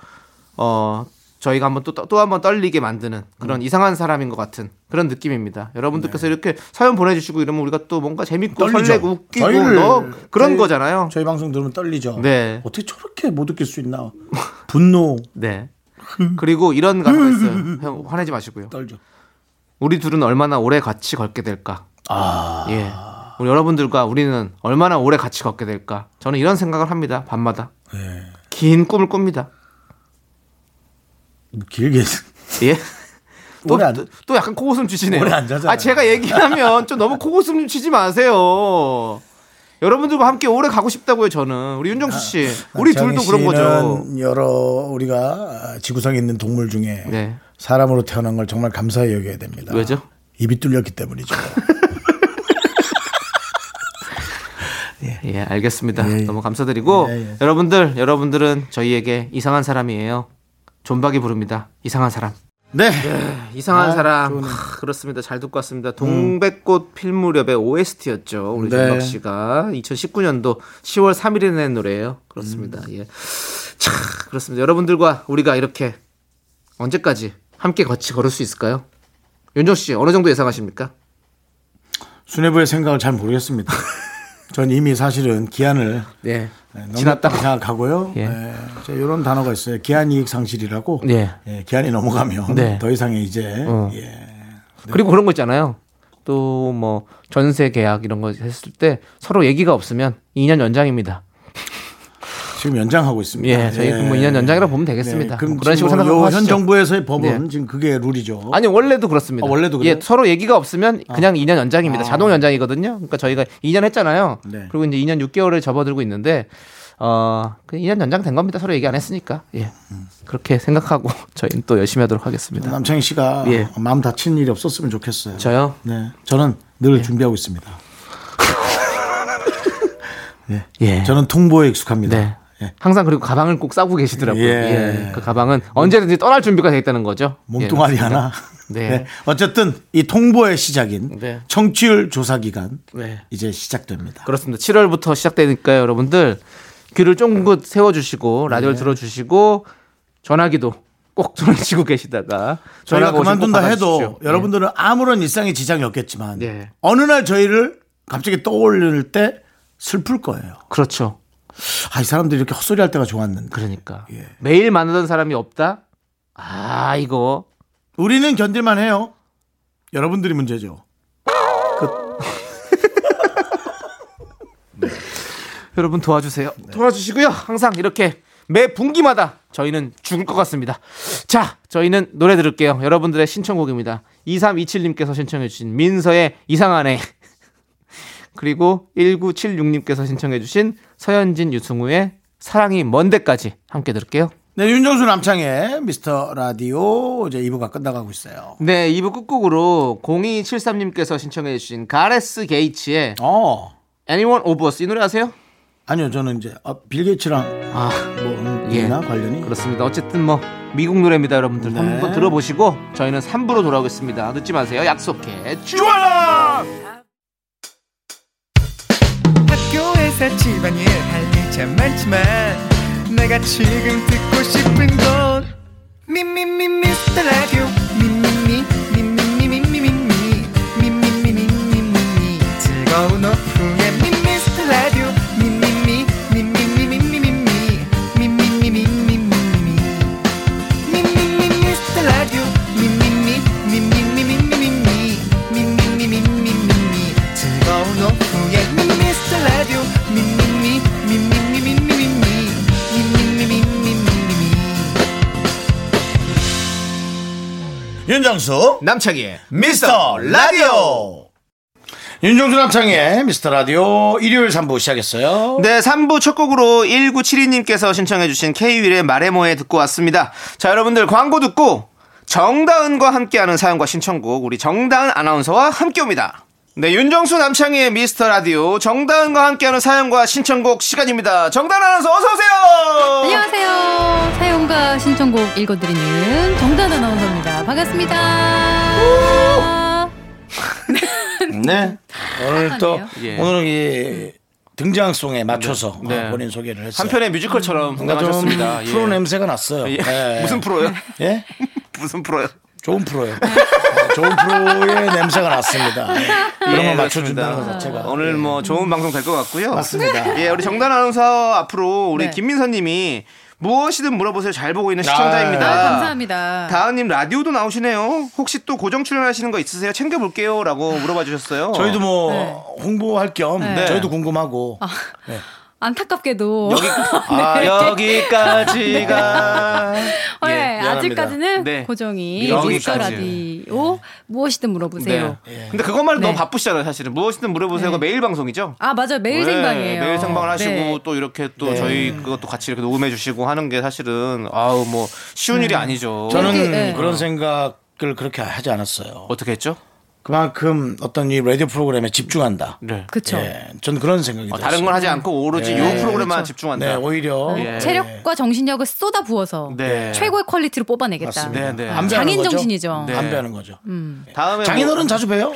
[SPEAKER 2] 어 저희가 한번 또 또 한번 떨리게 만드는 그런
[SPEAKER 1] 음.
[SPEAKER 2] 이상한 사람인 것 같은 그런 느낌입니다. 여러분들께서 이렇게 사연 보내주시고 이러면 우리가 또 뭔가 재밌고
[SPEAKER 1] 네. 떨리죠.
[SPEAKER 2] 설레고 웃기고
[SPEAKER 1] 저희를-
[SPEAKER 2] 뭐 그런
[SPEAKER 1] 저희-
[SPEAKER 2] 거잖아요.
[SPEAKER 1] 저희 방송 들으면 떨리죠.
[SPEAKER 2] 네.
[SPEAKER 1] 어떻게 저렇게 못 웃길 수 있나? 분노
[SPEAKER 2] 네. 그리고 이런 가사가 있어요.
[SPEAKER 1] *laughs*
[SPEAKER 2] 형 화내지 마시고요.
[SPEAKER 1] 떨죠.
[SPEAKER 2] 우리 둘은 얼마나 오래 같이 걷게 될까?
[SPEAKER 1] 아,
[SPEAKER 2] 예. 우리 여러분들과 우리는 얼마나 오래 같이 걷게 될까? 저는 이런 생각을 합니다. 밤마다.
[SPEAKER 1] 네.
[SPEAKER 2] 긴 꿈을 꿉니다.
[SPEAKER 1] 뭐 길게
[SPEAKER 2] 예. 또,
[SPEAKER 1] 오래 안-
[SPEAKER 2] 또- 또 약간 코웃음 주시네요.
[SPEAKER 1] 오래 안 자잖아요.
[SPEAKER 2] 아, 제가 얘기하면 좀 너무 코웃음 치지 마세요. 여러분들과 함께 오래 가고 싶다고요, 저는. 우리 윤정수 씨. 우리
[SPEAKER 1] 남창희
[SPEAKER 2] 둘도 그런 거죠.
[SPEAKER 1] 아, 씨는 여러 우리가 지구상에 있는 동물 중에
[SPEAKER 2] 네.
[SPEAKER 1] 사람으로 태어난 걸 정말 감사히 여겨야 됩니다.
[SPEAKER 2] 왜죠?
[SPEAKER 1] 입이 뚫렸기
[SPEAKER 2] *laughs*
[SPEAKER 1] 때문이죠.
[SPEAKER 2] 예, 알겠습니다.
[SPEAKER 1] 예, 예.
[SPEAKER 2] 너무 감사드리고
[SPEAKER 1] 예, 예.
[SPEAKER 2] 여러분들, 여러분들은 저희에게 이상한 사람이에요. 존박이 부릅니다. 이상한 사람.
[SPEAKER 1] 네.
[SPEAKER 2] 이상한
[SPEAKER 1] 아, 음.
[SPEAKER 2] 사람. 하, 그렇습니다. 잘 듣고 왔습니다. 동백꽃 필무렵의 OST였죠. 우리
[SPEAKER 1] 네.
[SPEAKER 2] 존박 씨가 2019년도 10월 3일에 낸 노래예요. 그렇습니다.
[SPEAKER 1] 음.
[SPEAKER 2] 예. 차, 그렇습니다. 여러분들과 우리가 이렇게 언제까지 함께 같이 걸을 수 있을까요? 윤정 씨 어느 정도 예상하십니까?
[SPEAKER 1] 수뇌부의 생각을 잘
[SPEAKER 2] *laughs*
[SPEAKER 1] 모르겠습니다. 전 이미 사실은 기한을
[SPEAKER 2] 예.
[SPEAKER 1] 지났다고 생각하고요. 네,
[SPEAKER 2] 예.
[SPEAKER 1] 이런 단어가 있어요. 기한 이익 상실이라고.
[SPEAKER 2] 예.
[SPEAKER 1] 예, 기한이 넘어가면
[SPEAKER 2] 네.
[SPEAKER 1] 더 이상의 이제
[SPEAKER 2] 어.
[SPEAKER 1] 예.
[SPEAKER 2] 그리고 그런 거 있잖아요. 또 뭐 전세 계약 이런 거 했을 때 서로 얘기가 없으면 2년 연장입니다.
[SPEAKER 1] 지금 연장하고 있습니다.
[SPEAKER 2] 예, 저희
[SPEAKER 1] 예.
[SPEAKER 2] 뭐 2년 연장이라 보면
[SPEAKER 1] 네,
[SPEAKER 2] 되겠습니다. 뭐
[SPEAKER 1] 그럼
[SPEAKER 2] 그런 식으로
[SPEAKER 1] 지금
[SPEAKER 2] 생각하고
[SPEAKER 1] 요
[SPEAKER 2] 하시죠.
[SPEAKER 1] 현 정부에서의 법은
[SPEAKER 2] 예.
[SPEAKER 1] 지금 그게 룰이죠.
[SPEAKER 2] 아니 원래도 그렇습니다.
[SPEAKER 1] 아, 원래도 그래요? 아.
[SPEAKER 2] 예, 서로 얘기가 없으면 그냥 2년 연장입니다. 자동 연장이거든요. 그러니까 저희가 2년 했잖아요.
[SPEAKER 1] 네.
[SPEAKER 2] 그리고 이제 2년 6개월을 접어들고 있는데 어, 그 2년 연장된 겁니다. 서로 얘기 안 했으니까. 예.
[SPEAKER 1] 음.
[SPEAKER 2] 그렇게 생각하고 *laughs* 저희는 또 열심히 하도록 하겠습니다.
[SPEAKER 1] 남창희 씨가
[SPEAKER 2] 예.
[SPEAKER 1] 마음 다친 일이 없었으면 좋겠어요.
[SPEAKER 2] 저요?
[SPEAKER 1] 네, 저는 늘 준비하고 있습니다.
[SPEAKER 2] 예.
[SPEAKER 1] 저는 통보에 익숙합니다.
[SPEAKER 2] 네.
[SPEAKER 1] 예.
[SPEAKER 2] 항상 그리고 가방을 꼭 싸고 계시더라고요.
[SPEAKER 1] 예.
[SPEAKER 2] 예. 그 가방은 언제든지 떠날 준비가 돼 있다는 거죠.
[SPEAKER 1] 몸뚱아리
[SPEAKER 2] 예, 맞습니다.
[SPEAKER 1] 하나. *laughs*
[SPEAKER 2] 네.
[SPEAKER 1] 어쨌든 이 통보의 시작인
[SPEAKER 2] 네.
[SPEAKER 1] 청취율 조사 기간
[SPEAKER 2] 네.
[SPEAKER 1] 이제 시작됩니다.
[SPEAKER 2] *laughs* 그렇습니다. 7월부터 시작되니까요, 여러분들 귀를 쫑긋 세워주시고
[SPEAKER 1] 네.
[SPEAKER 2] 라디오를 들어주시고 전화기도 꼭 손을 쥐고 계시다가
[SPEAKER 1] 저희가
[SPEAKER 2] 전화가 오시면 꼭
[SPEAKER 1] 그만둔다 해도
[SPEAKER 2] 받아주십시오. 예.
[SPEAKER 1] 여러분들은 아무런 일상의 지장이 없겠지만
[SPEAKER 2] 네.
[SPEAKER 1] 어느 날 저희를 갑자기 떠올릴 때 슬플 거예요.
[SPEAKER 2] 그렇죠.
[SPEAKER 1] 아, 이 사람들이 이렇게 헛소리 할 때가 좋았는데.
[SPEAKER 2] 그러니까
[SPEAKER 1] 예.
[SPEAKER 2] 매일 만나던 사람이 없다. 아 이거
[SPEAKER 1] 우리는 견딜만 해요. 여러분들이 문제죠.
[SPEAKER 2] 여러분 네. 도와주세요. 도와주시고요. 항상 이렇게 매 분기마다 저희는 죽을 것 같습니다. 자, 저희는 노래 들을게요. 여러분들의 신청곡입니다. 2327님께서 신청해주신 민서의 이상하네. *laughs* 그리고 1976님께서 신청해주신 서현진 유승우의 사랑이 먼데까지 함께 들을게요.
[SPEAKER 1] 네, 윤정수 남창의 미스터 라디오 이제 2부가 끝나가고 있어요.
[SPEAKER 2] 네, 2부 끝곡으로 0273님께서 신청해주신 가레스 게이츠의
[SPEAKER 1] 어.
[SPEAKER 2] Anyone of Us 이 노래 아세요?
[SPEAKER 1] 아니요, 저는 이제 어, 빌 게이츠랑
[SPEAKER 2] 아,
[SPEAKER 1] 뭐 음,
[SPEAKER 2] 예.
[SPEAKER 1] 있나 관련이?
[SPEAKER 2] 그렇습니다. 어쨌든 뭐 미국 노래입니다, 여러분들.
[SPEAKER 1] 네.
[SPEAKER 2] 한번 들어보시고 저희는 3부로 돌아오겠습니다. 늦지 마세요. 약속해. 주라!
[SPEAKER 5] 학교에서 집안일 할 일 참 많지만 내가 지금 듣고 싶은 건 미미미 미스터 라디오 미미미 미미미 미미미 미미미 미미미 즐거운 오후에 미미스터 라디오 미미미 미미미 미미미 미미미 미미미 미미미 미스터 라디오 미미미 미미미 미미미 미미미 미미미 즐거운 오후에 미스터 라디오 미미미 미미미 미미미 미미미 미미미
[SPEAKER 4] 윤정수
[SPEAKER 2] 남창희의
[SPEAKER 4] 미스터 라디오
[SPEAKER 1] 윤정수 남창의 미스터 라디오 일요일 3부 시작했어요.
[SPEAKER 2] 네, 3부 첫 곡으로 1972님께서 신청해주신 K-윌의 마레모에 듣고 왔습니다. 자, 여러분들 광고 듣고 정다은과 함께하는 사연과 신청곡 우리 정다은 아나운서와 함께 옵니다. 네, 윤정수 남창희의 미스터 라디오 정다은과 함께하는 사연과 신청곡 시간입니다. 정다은 아나운서 어서
[SPEAKER 1] 예.
[SPEAKER 2] 오세요.
[SPEAKER 6] 안녕하세요. 사연과 신청곡 읽어드리는 정단 아나운서입니다. 반갑습니다.
[SPEAKER 1] 네. 오늘 또
[SPEAKER 2] 예.
[SPEAKER 1] 오늘은 이 등장송에 맞춰서
[SPEAKER 2] 네.
[SPEAKER 1] 어, 본인 소개를 했어요.
[SPEAKER 2] 한편의 뮤지컬처럼
[SPEAKER 1] 뭔가 좀
[SPEAKER 2] 당하셨습니다. 예.
[SPEAKER 1] 프로 냄새가 났어요.
[SPEAKER 2] 예.
[SPEAKER 1] 예.
[SPEAKER 2] *laughs* 무슨 프로요?
[SPEAKER 1] 예?
[SPEAKER 2] 무슨
[SPEAKER 6] 네.
[SPEAKER 2] 프로요?
[SPEAKER 1] 좋은 프로예요. 어, 좋은 프로의 냄새가 났습니다. 예. 그런 걸 맞춰준다는 것
[SPEAKER 2] 예, 네, 그렇습니다.
[SPEAKER 1] 자체가 네.
[SPEAKER 2] 오늘 뭐
[SPEAKER 6] 음.
[SPEAKER 2] 좋은 방송 될 것 같고요.
[SPEAKER 1] 맞습니다.
[SPEAKER 2] 예, 우리 정단 아나운서 앞으로 우리
[SPEAKER 6] 네.
[SPEAKER 2] 김민서님이 무엇이든 물어보세요. 잘 보고 있는 시청자입니다.
[SPEAKER 6] 아, 감사합니다.
[SPEAKER 2] 다은님 라디오도 나오시네요. 혹시 또 고정 출연하시는 거 있으세요? 챙겨볼게요라고 물어봐 주셨어요.
[SPEAKER 1] 저희도 뭐
[SPEAKER 6] 네.
[SPEAKER 1] 홍보할 겸
[SPEAKER 6] 네. 아,
[SPEAKER 1] 저희도 궁금하고
[SPEAKER 6] 안타깝게도 *laughs*
[SPEAKER 2] 아,
[SPEAKER 1] 네. *laughs*
[SPEAKER 2] 여기까지가
[SPEAKER 6] 네,
[SPEAKER 2] 예, 미안합니다.
[SPEAKER 6] 아직까지는
[SPEAKER 2] 네.
[SPEAKER 6] 고정이
[SPEAKER 2] 여기까지. 예.
[SPEAKER 6] 미스터 라디오 무엇이든 물어보세요.
[SPEAKER 2] 네. 근데 그것만 해도
[SPEAKER 6] 네.
[SPEAKER 2] 너무 바쁘시잖아요, 사실은. 무엇이든 물어보세요가
[SPEAKER 1] 네.
[SPEAKER 2] 매일 방송이죠.
[SPEAKER 6] 아 맞아요 매일 생방이에요.
[SPEAKER 2] 네, 매일 생방을 하시고
[SPEAKER 6] 네.
[SPEAKER 2] 또 이렇게 또 저희 그것도 같이 이렇게 녹음해 주시고 하는 게 사실은 아우 뭐 쉬운 일이 아니죠.
[SPEAKER 1] 저는
[SPEAKER 6] 네.
[SPEAKER 1] 그런 생각을 그렇게 하지 않았어요.
[SPEAKER 2] 어떻게 했죠?
[SPEAKER 1] 그만큼 어떤 이 라디오 프로그램에 집중한다.
[SPEAKER 2] 네.
[SPEAKER 6] 그쵸.
[SPEAKER 1] 예, 전 그런 생각이
[SPEAKER 2] 어,
[SPEAKER 1] 들어요.
[SPEAKER 2] 다른 걸 하지 않고
[SPEAKER 6] 네.
[SPEAKER 2] 오로지 요 프로그램만
[SPEAKER 6] 그렇죠.
[SPEAKER 2] 집중한다.
[SPEAKER 1] 네, 오히려
[SPEAKER 2] 예.
[SPEAKER 6] 체력과 정신력을 쏟아 부어서
[SPEAKER 2] 네.
[SPEAKER 6] 최고의 퀄리티로 뽑아내겠다.
[SPEAKER 1] 맞습니다.
[SPEAKER 2] 네, 네.
[SPEAKER 1] 안 배우는
[SPEAKER 6] 장인
[SPEAKER 1] 거죠?
[SPEAKER 6] 정신이죠.
[SPEAKER 2] 네.
[SPEAKER 1] 안 배우는 거죠.
[SPEAKER 2] 다음에
[SPEAKER 1] 장인어른 자주 봬요?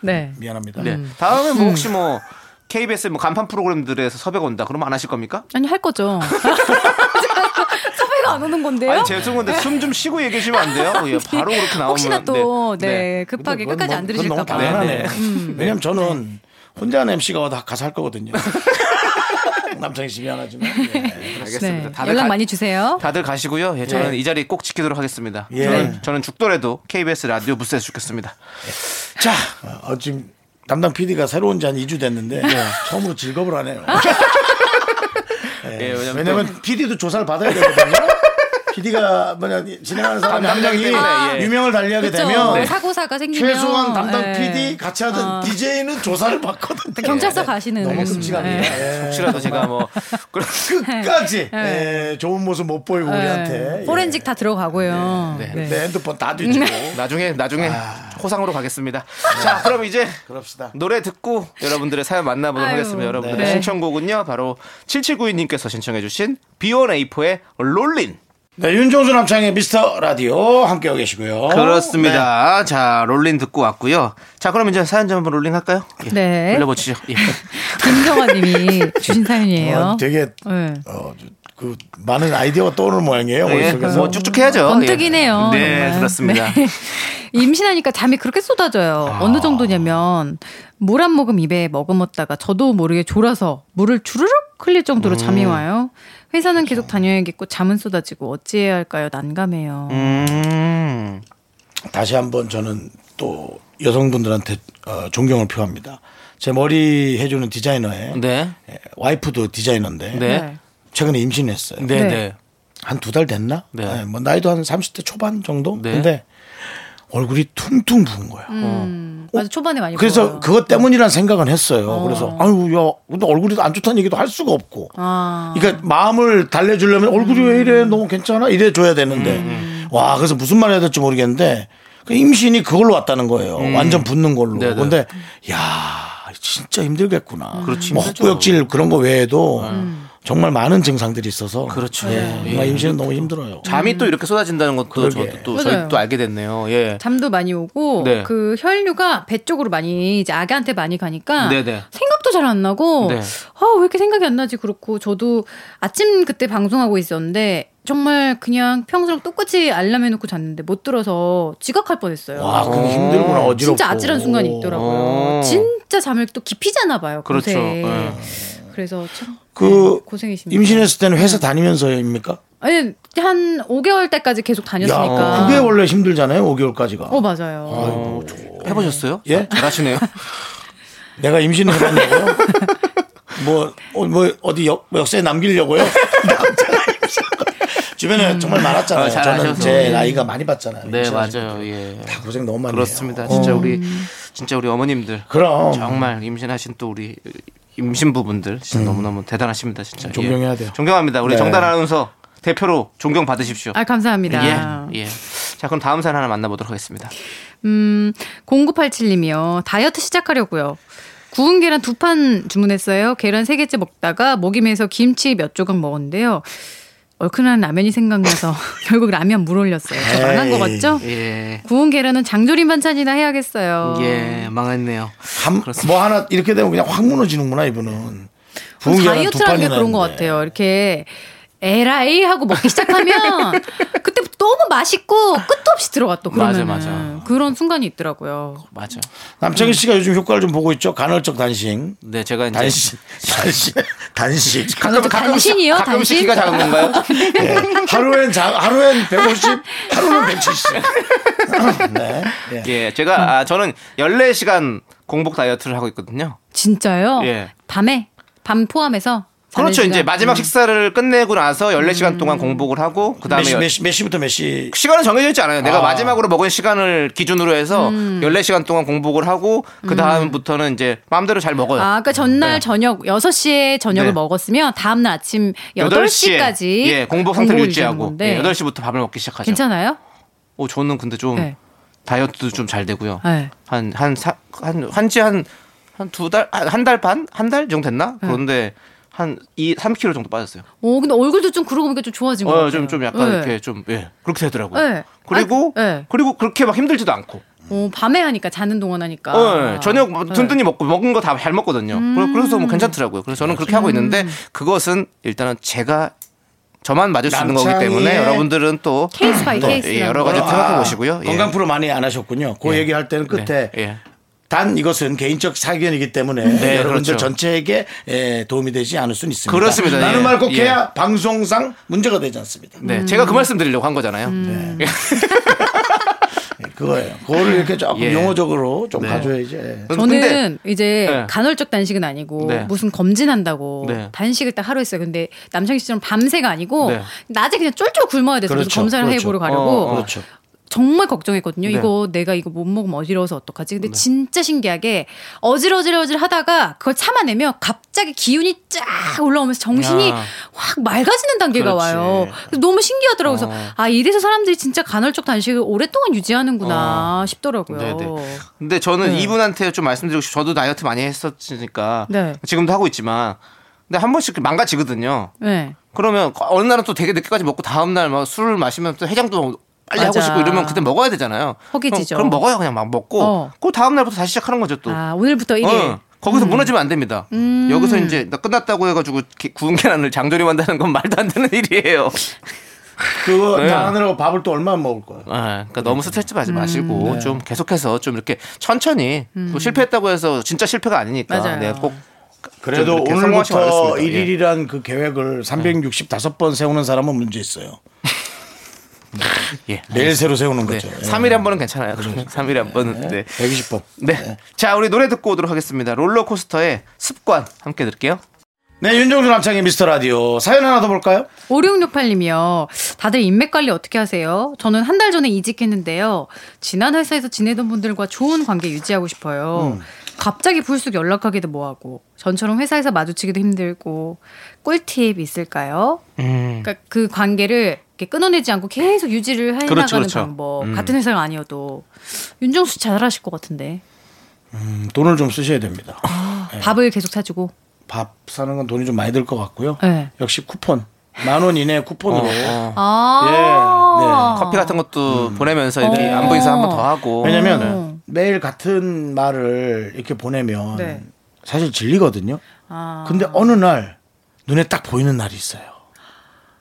[SPEAKER 6] 네.
[SPEAKER 1] 미안합니다.
[SPEAKER 2] 뭐, 네. 다음에 뭐 혹시 뭐 KBS 뭐 간판 프로그램들에서 섭외가 온다. 그러면 안 하실 겁니까?
[SPEAKER 6] 아니 할
[SPEAKER 2] *laughs*
[SPEAKER 6] 거죠. *laughs* 섭외가 안 오는 건데요.
[SPEAKER 2] 아니 죄송한데 숨 좀 쉬고 얘기하시면 안 돼요? 예, 바로 그렇게 나오면
[SPEAKER 6] *laughs* 혹시나 또 네. 급하게
[SPEAKER 1] 근데 그건
[SPEAKER 6] 끝까지
[SPEAKER 1] 뭐-
[SPEAKER 6] 안
[SPEAKER 1] 그건 너무
[SPEAKER 6] 들으실까 봐.
[SPEAKER 2] 당연한-
[SPEAKER 1] 당연하네. 네.
[SPEAKER 2] 네,
[SPEAKER 6] 음.
[SPEAKER 1] 왜냐면 저는 혼자 하는 MC가 와도 가서 할 *laughs* 거거든요. 남창희 씨 미안하지만. 예.
[SPEAKER 2] 알겠습니다.
[SPEAKER 6] 네.
[SPEAKER 2] 다들
[SPEAKER 6] 연락
[SPEAKER 2] 가-
[SPEAKER 6] 많이 주세요.
[SPEAKER 2] 다들 가시고요. 예, 저는 이 자리 꼭 지키도록 하겠습니다.
[SPEAKER 1] 예.
[SPEAKER 6] 네.
[SPEAKER 2] 저는, 저는 죽더라도 KBS 라디오 부스에서 죽겠습니다.
[SPEAKER 1] 자, 어, 지금 담당 PD가 새로 온 지 한 2주 됐는데 처음으로 즐겁을 *laughs* 하네요. 네.
[SPEAKER 2] 예, 왜냐면
[SPEAKER 1] 왜냐면 PD도 조사를 받아야 되거든요. PD가 뭐냐 진행하는 사람 한 명이
[SPEAKER 2] 때문에, 예.
[SPEAKER 1] 유명을 달리하게
[SPEAKER 6] 그렇죠.
[SPEAKER 1] 되면
[SPEAKER 6] 사고사가 생기면
[SPEAKER 1] 네. 최소한 담당
[SPEAKER 6] 예.
[SPEAKER 1] PD 같이 하던 DJ는 조사를 받거든요. 네,
[SPEAKER 6] 그 경찰서 가시는
[SPEAKER 1] 너무
[SPEAKER 6] 예.
[SPEAKER 1] 끔찍합니다. 예.
[SPEAKER 2] 혹시라도 제가 뭐 *laughs* 그런
[SPEAKER 1] 끝까지 예, 좋은 모습 못 보이고 우리한테 예.
[SPEAKER 6] 네. 포렌식 다 들어가고요.
[SPEAKER 2] 네.
[SPEAKER 6] 네.
[SPEAKER 1] 내 핸드폰 다 뒤지고
[SPEAKER 2] 나중에 나중에
[SPEAKER 6] 아.
[SPEAKER 2] 호상으로 가겠습니다. 자, 그럼 이제
[SPEAKER 1] *laughs* 그럽시다.
[SPEAKER 2] 노래 듣고 여러분들의 사연 만나보도록
[SPEAKER 6] 아유.
[SPEAKER 2] 하겠습니다. 여러분들의
[SPEAKER 6] 네.
[SPEAKER 2] 신청곡은요. 바로 7792님께서 신청해주신 B1A4의 롤린.
[SPEAKER 1] 네, 윤종수 남창의 미스터 라디오 함께하고 계시고요.
[SPEAKER 2] 그렇습니다. 네. 자, 롤린 듣고 왔고요. 자, 그럼 이제 사연 좀 한번 롤링 할까요? 예.
[SPEAKER 6] 네.
[SPEAKER 2] 올려보시죠. 예.
[SPEAKER 1] *laughs*
[SPEAKER 6] 김경화님이 주신
[SPEAKER 1] 네.
[SPEAKER 6] 사연이에요.
[SPEAKER 1] 어, 되게
[SPEAKER 6] 네.
[SPEAKER 1] 어, 그 많은 아이디어가 떠오르는 모양이에요.
[SPEAKER 2] 예.
[SPEAKER 1] 머릿속에서.
[SPEAKER 2] 뭐 쭉쭉 해야죠.
[SPEAKER 6] 번뜩이네요.
[SPEAKER 2] 예. 네,
[SPEAKER 6] 정말.
[SPEAKER 2] 그렇습니다.
[SPEAKER 6] 네. 임신하니까 잠이 그렇게 쏟아져요. 어느 정도냐면 물 한 모금 입에 머금었다가 저도 모르게 졸아서 물을 주르륵 흘릴
[SPEAKER 1] 음.
[SPEAKER 6] 정도로 잠이 와요. 회사는
[SPEAKER 1] 그렇죠.
[SPEAKER 6] 계속 다녀야겠고 잠은 쏟아지고 어찌해야 할까요? 난감해요.
[SPEAKER 2] 음.
[SPEAKER 1] 다시 한번 저는 또 여성분들한테 어, 존경을 표합니다. 제 머리 해주는 디자이너의
[SPEAKER 2] 네.
[SPEAKER 1] 예, 와이프도 디자이너인데
[SPEAKER 2] 네.
[SPEAKER 1] 최근에 임신했어요.
[SPEAKER 2] 네, 네.
[SPEAKER 6] 네.
[SPEAKER 1] 한 두 달 됐나?
[SPEAKER 2] 네.
[SPEAKER 1] 예, 뭐 나이도 한 30대 초반 정도?
[SPEAKER 2] 네.
[SPEAKER 1] 근데 얼굴이 퉁퉁 부은 거예요.
[SPEAKER 6] 음, 맞아 초반에 많이
[SPEAKER 1] 네. 그래서
[SPEAKER 6] 보여요.
[SPEAKER 1] 그것 때문이란 생각은 했어요. 그래서 아유 야 근데 얼굴이 안 좋다는 얘기도 할 수가 없고.
[SPEAKER 6] 아.
[SPEAKER 1] 그러니까 마음을 달래주려면 얼굴이 왜
[SPEAKER 6] 음.
[SPEAKER 1] 이래 너무 괜찮아 이래 줘야 되는데
[SPEAKER 2] 음,
[SPEAKER 1] 와 그래서 무슨 말 해야 될지 모르겠는데 그 임신이 그걸로 왔다는 거예요. 완전 붙는 걸로.
[SPEAKER 2] 음. 네네. 음.
[SPEAKER 1] 근데 야 진짜 힘들겠구나.
[SPEAKER 2] 그렇지,
[SPEAKER 1] 뭐
[SPEAKER 2] 힘들죠.
[SPEAKER 1] 헛구역질 그런 거 외에도 정말 많은 증상들이 있어서
[SPEAKER 2] 그렇죠.
[SPEAKER 1] 예,
[SPEAKER 2] 예.
[SPEAKER 1] 정말 임신은 너무 힘들어요.
[SPEAKER 2] 잠이 또 이렇게 쏟아진다는 것도 저도 또 저희
[SPEAKER 6] 맞아요.
[SPEAKER 2] 또 알게 됐네요. 예.
[SPEAKER 6] 잠도 많이 오고
[SPEAKER 2] 네.
[SPEAKER 6] 그 혈류가 배 쪽으로 많이 이제 아기한테 많이 가니까
[SPEAKER 2] 네네.
[SPEAKER 6] 생각도 잘 안 나고
[SPEAKER 2] 네.
[SPEAKER 6] 아 왜 이렇게 생각이 안 나지 그렇고 저도 아침 그때 방송하고 있었는데 정말 그냥 평소랑 똑같이 알람 해놓고 잤는데 못 들어서 지각할 뻔했어요.
[SPEAKER 1] 와 그게 힘들구나 어지럽고.
[SPEAKER 6] 진짜 아찔한 순간이 있더라고요.
[SPEAKER 2] 오.
[SPEAKER 6] 진짜 잠을 또 깊이자나 봐요.
[SPEAKER 2] 그렇죠.
[SPEAKER 6] 그새.
[SPEAKER 2] 예.
[SPEAKER 6] 그래서 참
[SPEAKER 1] 그
[SPEAKER 6] 네, 고생이십니다.
[SPEAKER 1] 임신했을 때는 회사 다니면서입니까?
[SPEAKER 6] 아니, 한 5개월 때까지 계속 다녔으니까.
[SPEAKER 1] 야, 그게 원래 힘들잖아요. 5개월까지가.
[SPEAKER 6] 어 맞아요.
[SPEAKER 2] 어, 해보셨어요?
[SPEAKER 1] 예?
[SPEAKER 2] 잘하시네요.
[SPEAKER 1] *laughs* 내가 임신을 해봤냐고요? 뭐, 어, 뭐 어디 역, 역사에 남기려고요? *laughs* 남자가 임신한 거.
[SPEAKER 6] 음.
[SPEAKER 1] 주변에 정말 많았잖아요.
[SPEAKER 2] 어, 잘
[SPEAKER 1] 저는
[SPEAKER 2] 아셔서.
[SPEAKER 1] 제 나이가 많이 봤잖아요.
[SPEAKER 2] 네,
[SPEAKER 1] 임신하신
[SPEAKER 2] 맞아요. 어. 예.
[SPEAKER 1] 분들. 다 고생 너무 많이
[SPEAKER 2] 그렇습니다.
[SPEAKER 1] 해요. 어,
[SPEAKER 2] 진짜 우리
[SPEAKER 6] 음.
[SPEAKER 2] 진짜 우리 어머님들
[SPEAKER 1] 그럼.
[SPEAKER 2] 정말 임신하신 또 우리 임신부분들 진짜 너무너무 대단하십니다. 진짜 예.
[SPEAKER 1] 존경해야 돼요.
[SPEAKER 2] 존경합니다. 우리
[SPEAKER 1] 네.
[SPEAKER 2] 정단 아나운서 대표로 존경 받으십시오.
[SPEAKER 6] 아 감사합니다.
[SPEAKER 2] 예. 예. 자, 그럼 다음 사연 하나 만나보도록 하겠습니다.
[SPEAKER 6] 음, 0987님이요. 다이어트 시작하려고요. 구운 계란 두 판 주문했어요. 계란 세 개째 먹다가 목이 메서 김치 몇 조각 먹었는데요. 얼큰한 라면이 생각나서 *laughs* 결국 라면 물 올렸어요. 저 망한 거 같죠?
[SPEAKER 2] 예.
[SPEAKER 6] 구운 계란은 장조림 반찬이나 해야겠어요.
[SPEAKER 2] 예, 망했네요.
[SPEAKER 1] 감- 뭐 하나 이렇게 되면 그냥 확 무너지는구나 이분은. 부은 계란 두
[SPEAKER 6] 다이어트라는 게
[SPEAKER 1] 판이나
[SPEAKER 6] 그런 것
[SPEAKER 1] 했는데.
[SPEAKER 6] 같아요. 이렇게 에라이 하고 먹기 시작하면
[SPEAKER 1] *laughs*
[SPEAKER 6] 그때부터 너무 맛있고 끝도 없이 들어가 또
[SPEAKER 2] 맞아,
[SPEAKER 6] 그러면
[SPEAKER 2] 맞아.
[SPEAKER 6] 그런 순간이 있더라고요.
[SPEAKER 2] 맞아.
[SPEAKER 1] 남창희 씨가 요즘 효과를 좀 보고 있죠. 간헐적 단식.
[SPEAKER 2] 네, 제가 이제 *laughs*
[SPEAKER 1] 단식. 단식. 단식.
[SPEAKER 6] 간헐적 단신이요?
[SPEAKER 2] 가끔씩
[SPEAKER 6] 단신?
[SPEAKER 2] 키가 작은 건가요?
[SPEAKER 1] 예. 하루엔 자, 하루엔 150, 하루는 170. *laughs* 네. 예.
[SPEAKER 2] 예, 제가 아, 저는 14시간 공복 다이어트를 하고 있거든요.
[SPEAKER 6] 진짜요?
[SPEAKER 2] 예.
[SPEAKER 6] 밤에 밤 포함해서 자는
[SPEAKER 2] 그렇죠. 이제
[SPEAKER 6] 시간? 음.
[SPEAKER 2] 마지막 식사를 끝내고 나서 14시간 동안 공복을 하고
[SPEAKER 1] 몇,
[SPEAKER 2] 그다음에
[SPEAKER 1] 시, 몇, 시, 몇 시부터 몇 시?
[SPEAKER 2] 시간은 정해져 있지 않아요. 내가 마지막으로 먹은 시간을 기준으로 해서
[SPEAKER 6] 음.
[SPEAKER 2] 14시간 동안 공복을 하고 그다음부터는 이제 마음대로 잘 먹어요.
[SPEAKER 6] 아, 그러니까 전날 저녁 6시에 저녁을
[SPEAKER 2] 네.
[SPEAKER 6] 먹었으면 다음 날 아침
[SPEAKER 2] 8시 에,
[SPEAKER 6] 8시까지
[SPEAKER 2] 예, 공복 상태를 유지하고
[SPEAKER 6] 건데.
[SPEAKER 2] 예, 8시부터 밥을 먹기 시작하죠.
[SPEAKER 6] 괜찮아요?
[SPEAKER 2] 어, 저는 근데 좀
[SPEAKER 6] 네.
[SPEAKER 2] 다이어트도 좀 잘 되고요.
[SPEAKER 6] 네.
[SPEAKER 2] 한 한한한 한지 아, 한한두달한달 반 한 달 정도 됐나?
[SPEAKER 6] 네.
[SPEAKER 2] 그런데 한 2, 3kg 정도 빠졌어요.
[SPEAKER 6] 오, 근데 얼굴도 좀 그러고 보니까 좀 좋아진 것
[SPEAKER 2] 어,
[SPEAKER 6] 같아요.
[SPEAKER 2] 좀, 좀 약간
[SPEAKER 6] 네.
[SPEAKER 2] 이렇게 좀, 예, 그렇게 되더라고요.
[SPEAKER 6] 네.
[SPEAKER 2] 그리고,
[SPEAKER 6] 아니, 네.
[SPEAKER 2] 그리고 그렇게 막 힘들지도 않고.
[SPEAKER 6] 오, 어, 밤에 하니까 자는 동안 하니까.
[SPEAKER 2] 어, 예, 저녁 뭐 든든히 먹고, 먹은 거 다 잘 먹거든요.
[SPEAKER 6] 음.
[SPEAKER 2] 그래- 그래서 뭐 괜찮더라고요. 그래서 저는 그렇게 하고 있는데, 그것은 일단은 제가 저만 맞을 수 있는 거기 때문에
[SPEAKER 1] 남창희의
[SPEAKER 2] 여러분은 또.
[SPEAKER 6] 케이스 바이
[SPEAKER 2] 또,
[SPEAKER 6] 케이스.
[SPEAKER 2] 예, 여러 가지 생각해 보시고요. 예.
[SPEAKER 1] 어, 아, 건강 프로 많이 안 하셨군요. 그 얘기할 때는 끝에
[SPEAKER 2] 네, 예.
[SPEAKER 1] 단 이것은 개인적 사견이기 때문에
[SPEAKER 2] 네,
[SPEAKER 1] 여러분들
[SPEAKER 2] 그렇죠.
[SPEAKER 1] 전체에게 예, 도움이 되지 않을 수는 있습니다.
[SPEAKER 2] 그렇습니다.
[SPEAKER 1] 나는
[SPEAKER 2] 예.
[SPEAKER 1] 말 꼭 해야 방송상 문제가 되지 않습니다.
[SPEAKER 2] 네, 제가 그 말씀 드리려고 한 거잖아요.
[SPEAKER 1] 네.
[SPEAKER 6] 음.
[SPEAKER 1] *laughs* 예, 그거예요. 그거를 이렇게 조금
[SPEAKER 2] 예.
[SPEAKER 1] 용어적으로 좀
[SPEAKER 2] 네.
[SPEAKER 1] 가져야지. 예.
[SPEAKER 6] 저는
[SPEAKER 2] 근데-
[SPEAKER 6] 이제
[SPEAKER 2] 네.
[SPEAKER 6] 간헐적 단식은 아니고
[SPEAKER 2] 네.
[SPEAKER 6] 무슨 검진한다고
[SPEAKER 2] 네.
[SPEAKER 6] 단식을 딱 하루 했어요. 근데 남창희 씨처럼 밤새가 아니고
[SPEAKER 2] 네.
[SPEAKER 6] 낮에 그냥 쫄쫄 굶어야 돼서 그래서
[SPEAKER 1] 그렇죠,
[SPEAKER 6] 검사를
[SPEAKER 1] 그렇죠.
[SPEAKER 6] 해보러 가려고
[SPEAKER 2] 어, 어.
[SPEAKER 1] 그렇죠.
[SPEAKER 6] 정말 걱정했거든요.
[SPEAKER 2] 네.
[SPEAKER 6] 이거 내가 이거 못 먹으면 어지러워서 어떡하지? 근데 진짜 신기하게 어질어질어질 하다가 그걸 참아내면 갑자기 기운이 쫙 올라오면서 정신이
[SPEAKER 2] 아.
[SPEAKER 6] 확 맑아지는 단계가
[SPEAKER 2] 그렇지. 어.
[SPEAKER 6] 와요. 그래서 너무 신기하더라고요. 그래서 아 이래서 사람들이 진짜 간헐적 단식을 오랫동안 유지하는구나 싶더라고요.
[SPEAKER 2] 어. 네네. 근데 저는
[SPEAKER 6] 네.
[SPEAKER 2] 이분한테 좀 말씀드리고 싶 저도 다이어트 많이 했었으니까
[SPEAKER 6] 네.
[SPEAKER 2] 지금도 하고 있지만 근데 한 번씩 망가지거든요.
[SPEAKER 6] 네.
[SPEAKER 2] 그러면 어느 날은 또 되게 늦게까지 먹고 다음 날 막 술을 마시면 또 해장도 빨리 하고
[SPEAKER 6] 맞아.
[SPEAKER 2] 싶고 이러면 그때 먹어야 되잖아요.
[SPEAKER 6] 허기지죠.
[SPEAKER 2] 그럼, 그럼 먹어요 그냥 막 먹고
[SPEAKER 6] 어.
[SPEAKER 2] 그 다음 날부터 다시 시작하는 거죠 또.
[SPEAKER 6] 아 오늘부터 일일 음.
[SPEAKER 2] 어, 거기서 무너지면 안 됩니다. 여기서 이제 나 끝났다고 해가지고 기- 구운 계란을 장조림한다는 건 *laughs* 말도 안 되는 일이에요.
[SPEAKER 1] 그거
[SPEAKER 2] 네.
[SPEAKER 1] 다 하느라고 밥을 또 얼마 먹을 거예요.
[SPEAKER 2] 예, 그러니까 너무 스트레스 받지
[SPEAKER 6] 음.
[SPEAKER 2] 마시고 좀 계속해서 좀 이렇게 천천히 또 실패했다고 해서 진짜 실패가 아니니까
[SPEAKER 6] 맞아요.
[SPEAKER 2] 네, 꼭
[SPEAKER 1] 그래도
[SPEAKER 2] 좀 이렇게 성공하시면
[SPEAKER 1] 오늘부터
[SPEAKER 2] 알겠습니다. 예. 네.
[SPEAKER 1] 1일이란 그 계획을 365번 세우는 사람은 문제 있어요.
[SPEAKER 2] *laughs* 예.
[SPEAKER 1] *laughs* 매일 새로 세우는
[SPEAKER 2] 네.
[SPEAKER 1] 거죠. 예.
[SPEAKER 2] 3일에 한 번은 괜찮아요. *laughs* 3일에 한 번은 네.
[SPEAKER 1] 120번.
[SPEAKER 2] 네. 자, 우리 노래 듣고 오도록 하겠습니다. 롤러코스터의 습관 함께 들을게요.
[SPEAKER 1] 네, 윤종수 남창의 미스터 라디오 사연 하나 더 볼까요?
[SPEAKER 6] 5668님이요. 다들 인맥 관리 어떻게 하세요? 저는 한 달 전에 이직했는데요. 지난 회사에서 지내던 분들과 좋은 관계 유지하고 싶어요.
[SPEAKER 2] 음.
[SPEAKER 6] 갑자기 불쑥 연락하기도 뭐하고 전처럼 회사에서 마주치기도 힘들고 꿀팁 있을까요?
[SPEAKER 2] 음.
[SPEAKER 6] 그러니까 그 관계를 이렇게 끊어내지 않고 계속 유지를 해나가는
[SPEAKER 2] 그렇죠, 그렇죠.
[SPEAKER 6] 방법. 같은 회사가 아니어도 윤정수 씨 잘하실 것 같은데
[SPEAKER 1] 음, 돈을 좀 쓰셔야 됩니다.
[SPEAKER 2] 아, 예.
[SPEAKER 6] 밥을 계속 사주고
[SPEAKER 1] 밥 사는 건 돈이 좀 많이 들 것 같고요.
[SPEAKER 6] 네.
[SPEAKER 1] 역시 쿠폰 만 원 이내
[SPEAKER 2] 어,
[SPEAKER 1] 쿠폰으로.
[SPEAKER 6] 아,
[SPEAKER 2] 예. 네. 커피 같은 것도 보내면서 이렇게
[SPEAKER 6] 어.
[SPEAKER 2] 안부 인사 한 번 더 하고.
[SPEAKER 1] 왜냐면 매일 같은 말을 이렇게 보내면
[SPEAKER 6] 아. 네.
[SPEAKER 1] 사실 질리거든요.
[SPEAKER 6] 아.
[SPEAKER 1] 근데 어느 날 눈에 딱 보이는 날이 있어요.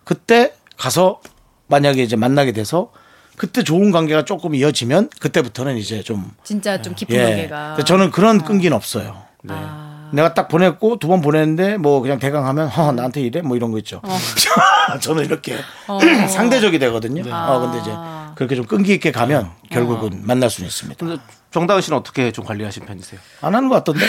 [SPEAKER 1] 그때 가서 만약에 이제 만나게 돼서 그때 좋은 관계가 조금 이어지면 그때부터는 이제 좀
[SPEAKER 6] 진짜 좀 깊은
[SPEAKER 1] 예.
[SPEAKER 6] 관계가 아.
[SPEAKER 1] 근데 저는 그런 끈기는 없어요. 내가 딱 보냈고 두 번 보냈는데 뭐 그냥 대강 하면 허 나한테 이래 뭐 이런 거 있죠.
[SPEAKER 6] 어.
[SPEAKER 1] *laughs* 저는 이렇게 *clears throat* 상대적이 되거든요.
[SPEAKER 6] 네.
[SPEAKER 1] 어, 근데 이제
[SPEAKER 6] 아.
[SPEAKER 1] 그렇게 좀 끈기 있게 가면
[SPEAKER 6] 어.
[SPEAKER 1] 결국은 만날 수는 있습니다.
[SPEAKER 2] 근데 정다은 씨는 어떻게 좀 관리하신 편이세요?
[SPEAKER 1] 안 하는 것 같던데.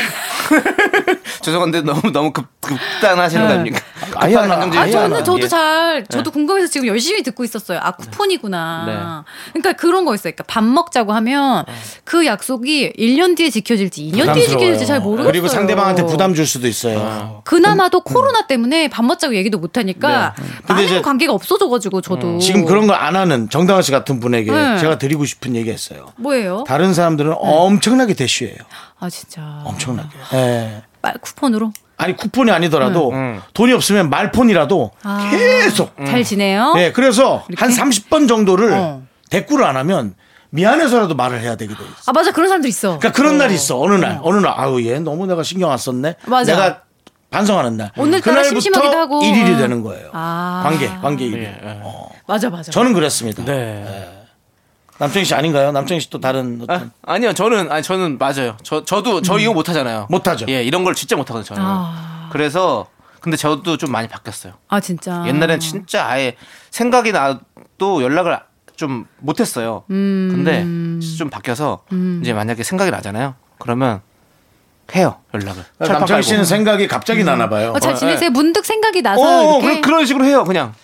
[SPEAKER 2] 죄송한데 너무 너무 급, 극단하시는 거 네. 아닙니까?
[SPEAKER 1] 아니,
[SPEAKER 2] 급한
[SPEAKER 1] 아니,
[SPEAKER 2] 감정
[SPEAKER 6] 아
[SPEAKER 1] 아니,
[SPEAKER 2] 중에
[SPEAKER 1] 아니,
[SPEAKER 6] 저는
[SPEAKER 2] 하나.
[SPEAKER 6] 저도
[SPEAKER 2] 예.
[SPEAKER 6] 잘 저도 궁금해서 지금 열심히 듣고 있었어요. 아
[SPEAKER 1] 네.
[SPEAKER 6] 쿠폰이구나. 그러니까 그런 거 있어요. 그러니까 밥 먹자고 하면
[SPEAKER 1] 어.
[SPEAKER 6] 그 약속이 1년 뒤에 지켜질지 2년 뒤에 지켜질지 잘 모르겠어요.
[SPEAKER 1] 그리고 상대방한테 부담 줄 수도 있어요.
[SPEAKER 6] 그나마도 코로나 때문에 밥 먹자고 얘기도 못 하니까 많은
[SPEAKER 1] 네. 이제- 음,
[SPEAKER 6] 관계가 없어져가지고 저도
[SPEAKER 1] 지금 그런 걸 안 하는 정다은 씨 같은 분에게
[SPEAKER 6] 네.
[SPEAKER 1] 제가 드리고 싶은 얘기 했어요.
[SPEAKER 6] 뭐예요?
[SPEAKER 1] 다른 사람들은 엄청나게 대쉬해요.
[SPEAKER 6] 아 진짜
[SPEAKER 1] 엄청나게. 예.
[SPEAKER 6] 빨 쿠폰으로
[SPEAKER 1] 아니 쿠폰이 아니더라도 돈이 없으면 말폰이라도
[SPEAKER 6] 네. 아.
[SPEAKER 1] 계속.
[SPEAKER 6] 잘 지내요.
[SPEAKER 1] 예, 그래서
[SPEAKER 6] 이렇게?
[SPEAKER 1] 한 30번 정도를
[SPEAKER 6] 어.
[SPEAKER 1] 대꾸를 안 하면 미안해서라도 말을 해야 되기도 해요.
[SPEAKER 6] 아 맞아 그런 사람들 있어. 음.
[SPEAKER 1] 그러니까 그런 날이 있어. 어느 날, 어느 날, 아우 얘 너무 내가 신경 안 썼네.
[SPEAKER 6] 맞아.
[SPEAKER 1] 내가 반성하는 날.
[SPEAKER 6] 오늘따라
[SPEAKER 1] 그날부터
[SPEAKER 6] 심심하기도 하고.
[SPEAKER 1] 일일이
[SPEAKER 6] 어.
[SPEAKER 1] 되는 거예요.
[SPEAKER 6] 아.
[SPEAKER 1] 관계, 관계 일일.
[SPEAKER 6] 맞아 맞아.
[SPEAKER 1] 그- 저는 그랬습니다. 예.
[SPEAKER 2] 네.
[SPEAKER 1] 남창희 씨 아닌가요? 남창희 씨 또 다른 어떤
[SPEAKER 2] 아, 아니요, 저는 아니 저는 맞아요. 저 저도 저 이거 음. 못 하잖아요.
[SPEAKER 1] 못하죠.
[SPEAKER 2] 예, 이런 걸 진짜 못 하거든요. 저는.
[SPEAKER 6] 아.
[SPEAKER 2] 그래서 근데 저도 좀 많이 바뀌었어요.
[SPEAKER 6] 아 진짜
[SPEAKER 2] 옛날엔 진짜 아예 생각이 나도 연락을 좀 못했어요.
[SPEAKER 6] 음.
[SPEAKER 2] 근데 좀 바뀌어서 이제 만약에 생각이 나잖아요. 그러면 해요 연락을. 철판
[SPEAKER 1] 남창희
[SPEAKER 2] 깔고.
[SPEAKER 1] 씨는 생각이 갑자기 나나 봐요.
[SPEAKER 6] 어, 잘
[SPEAKER 1] 예.
[SPEAKER 6] 지내세요. 문득 생각이
[SPEAKER 2] 어,
[SPEAKER 6] 나서
[SPEAKER 2] 어
[SPEAKER 6] 아, 이렇게
[SPEAKER 2] 그런, 그런 식으로 해요 그냥.